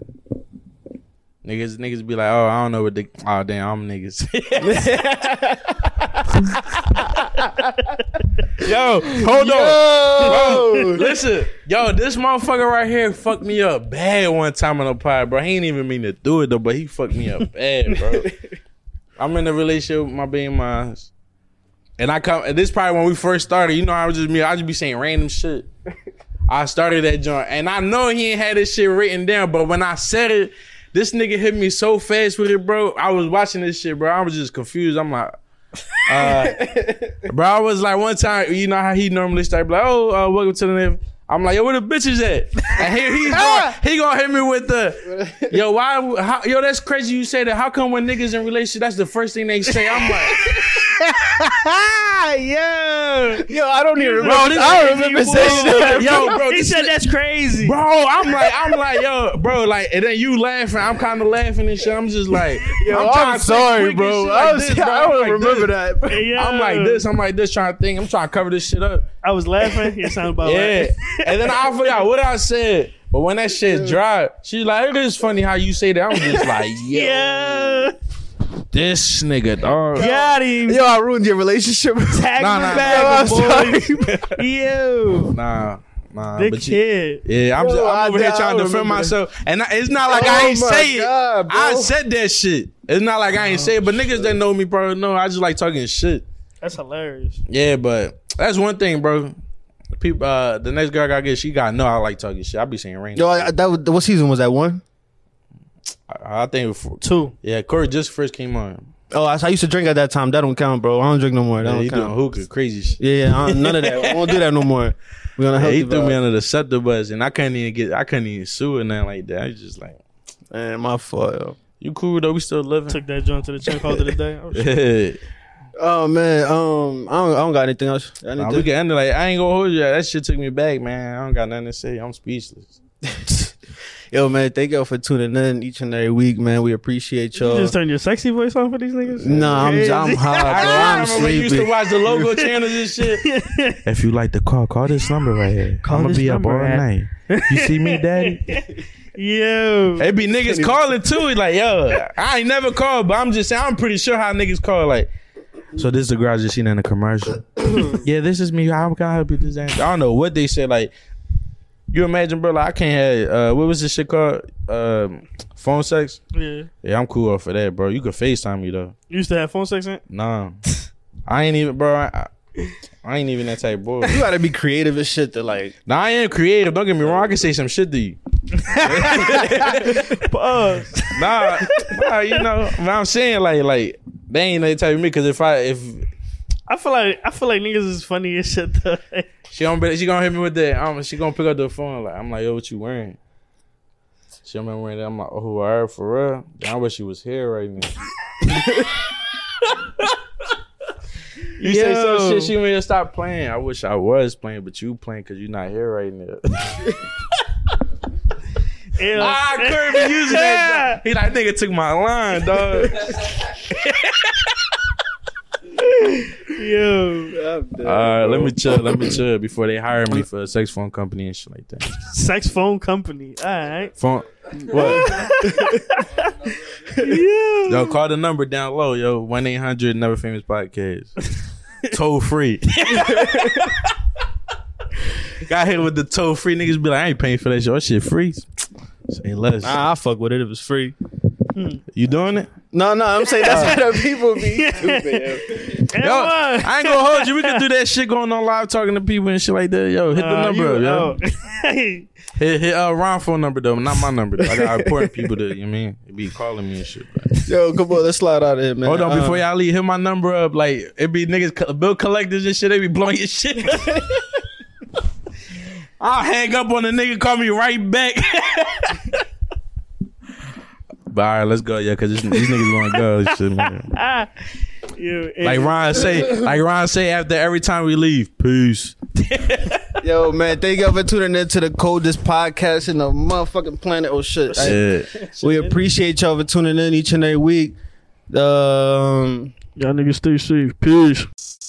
Niggas, niggas be like, oh, I don't know what the oh damn, I'm niggas. yo, hold on, bro. Listen, yo, this motherfucker right here fucked me up bad one time on the pod, bro. He ain't even mean to do it though, but he fucked me up bad, bro. I'm in a relationship with my being my and I come. And this probably when we first started. You know, I was just me. I just be saying random shit. I started that joint, and I know he ain't had this shit written down. But when I said it, this nigga hit me so fast with it, bro. I was watching this shit, bro. I was just confused. I'm like. Uh, bro, I was like one time, you know how he normally start be like, "Oh, uh, welcome to the." Name. I'm like, "Yo, where the bitches at?" And here he's going, he gonna hit me with the, "Yo, why? How, yo, that's crazy. You say that. How come when niggas in relationship, that's the first thing they say?" I'm like,
yeah.
Yo, I don't even remember.
Bro, this
I don't remember saying that.
Yo, bro,
he
this
said that's crazy.
Bro, I'm like, I'm like, yo, bro, like, and then you laughing. I'm kind of laughing and shit. I'm just like,
Yo,
I'm,
I'm,
trying to think
sorry,
quick and
bro.
shit
I,
like
was,
this, bro.
I
I'm
don't
like
remember
this.
that.
Yeah.
I'm like this. I'm like this, trying to think. I'm trying to cover this shit up.
I was laughing. It sounded about
Yeah,
Oh, right.
and then I forgot what I said. But when that shit dried, she's like, "It is funny how you say that." I'm just like, "Yo,
Yeah.
this nigga, dog."
Got him.
Yo, I ruined your relationship.
Tag
Nah,
me
nah,
back,
nah, I'm
boy. Yo.
Nah, nah.
The
but you-
kid.
yeah, I'm,
Yo,
just, I'm
I-
over here
I
trying to defend
remember that.
myself, and I, it's not like I
Oh
ain't
my
say
God,
it.
bro.
I said that shit. It's not like I ain't say it, but niggas that know me, bro, know I just like talking shit.
That's hilarious.
Yeah, but that's one thing, bro. People, uh, the next girl I get, she got to know I like talking shit. I be saying rain.
Yo, I, I- that was, what season was that one?
I, I think, before-
Two.
yeah, Corey just first came on.
Oh, I, I used to drink at that time. That don't count, bro. I don't drink no more. That
Yeah,
don't
he doing
count.
hookah, crazy shit.
Yeah, yeah, I don't- none of that. I won't do that no more. We on a
Yeah,
healthy
he threw me
vibe.
under the scepter bus, and I couldn't even get, I couldn't even sue or nothing like that. I was just like,
Man, my fault. Yo.
you cool though? We still living.
Took that joint to the chin call to the day. Oh, shit.
Yeah.
Oh man, um, I don't, I don't got anything else. I need
Nah,
to-
we can end it like I ain't gonna hold you. That shit took me back, man. I don't got nothing to say. I'm speechless.
Yo, man, thank y'all for tuning in each and every week, man. We appreciate
You
y'all.
just turn your sexy voice on for these niggas?
Nah, I'm, I'm high, bro.
I
I'm
remember we used to
sleepy.
watch the logo channels and shit. If you like the call, call this number right here.
Call I'ma this be up number all at- night.
You see me, daddy?
Yo.
It be niggas calling too. Like, yo, I ain't never called, but I'm just saying, I'm pretty sure how niggas call. Like, so this is the girl I just seen in the commercial. yeah, this is me. How can I help you? This that. I don't know what they said. Like, you imagine, bro? Like, I can't have. Uh, what was this shit called? Um, phone sex.
Yeah.
Yeah, I'm cool off for that, bro. You could Facetime me though.
You used to have phone sex in?
Nah, I ain't even, bro. I, I ain't even that type of boy.
You gotta be creative as shit to like.
Now I am creative. Don't get me wrong. I can say some shit to you.
Pause.
nah, nah, you know, but I'm saying like, like they ain't that type of me. Cause if I if
I feel like I feel like niggas is funny as shit though.
she don't, be- she gonna hit me with that. Um, she gonna pick up the phone. Like I'm like, yo, what you wearing? She don't wearing that. I'm like, oh, all right, for real. Damn, I wish she was here right now. you say some
Yo.
shit. She want to stop playing. I wish I was playing, but you playing because you not here right now.
Ew.
ah, Kirby using that. He like nigga took my line, dog.
Yo.
All right, let me chill. Let me chill before they hire me for a sex phone company and shit like that.
Sex phone company. All right.
Phone. What? yo, call the number down low, yo. 1 800 Never Famous Podcast. Toll free. Got hit with the toll free. Niggas be like, I ain't paying for that shit. That shit free. Say less.
Nah, I fuck with it if it's free.
You doing it?
No, no, I'm saying that's how the people be stupid. yo.
And
Yo,
one.
I ain't gonna hold you. We can do that shit going on live talking to people and shit like that. Yo, hit the
Uh,
number
you-
up, yo.
oh.
Hit, hit uh, Ron phone number though, not my number. Though. I got important people that you know what I mean They be calling me and shit. Bro.
Yo, come on, let's slide out of here, man.
Hold on,
Um,
before y'all leave, hit my number up. Like it be niggas co- bill collectors and shit. They be blowing your shit. I'll hang up on the nigga. Call me right back. but all right, let's go, yeah, because these niggas want to go. and Shit, man.
Ah. Yo, and-
Like Ron say, like Ron say after every time we leave, peace.
Yo, man, thank y'all for tuning in to the coldest podcast in the motherfucking planet. Oh shit. I-
Yeah.
we appreciate y'all for tuning in each and every week. Um.
Y'all niggas stay safe. Peace.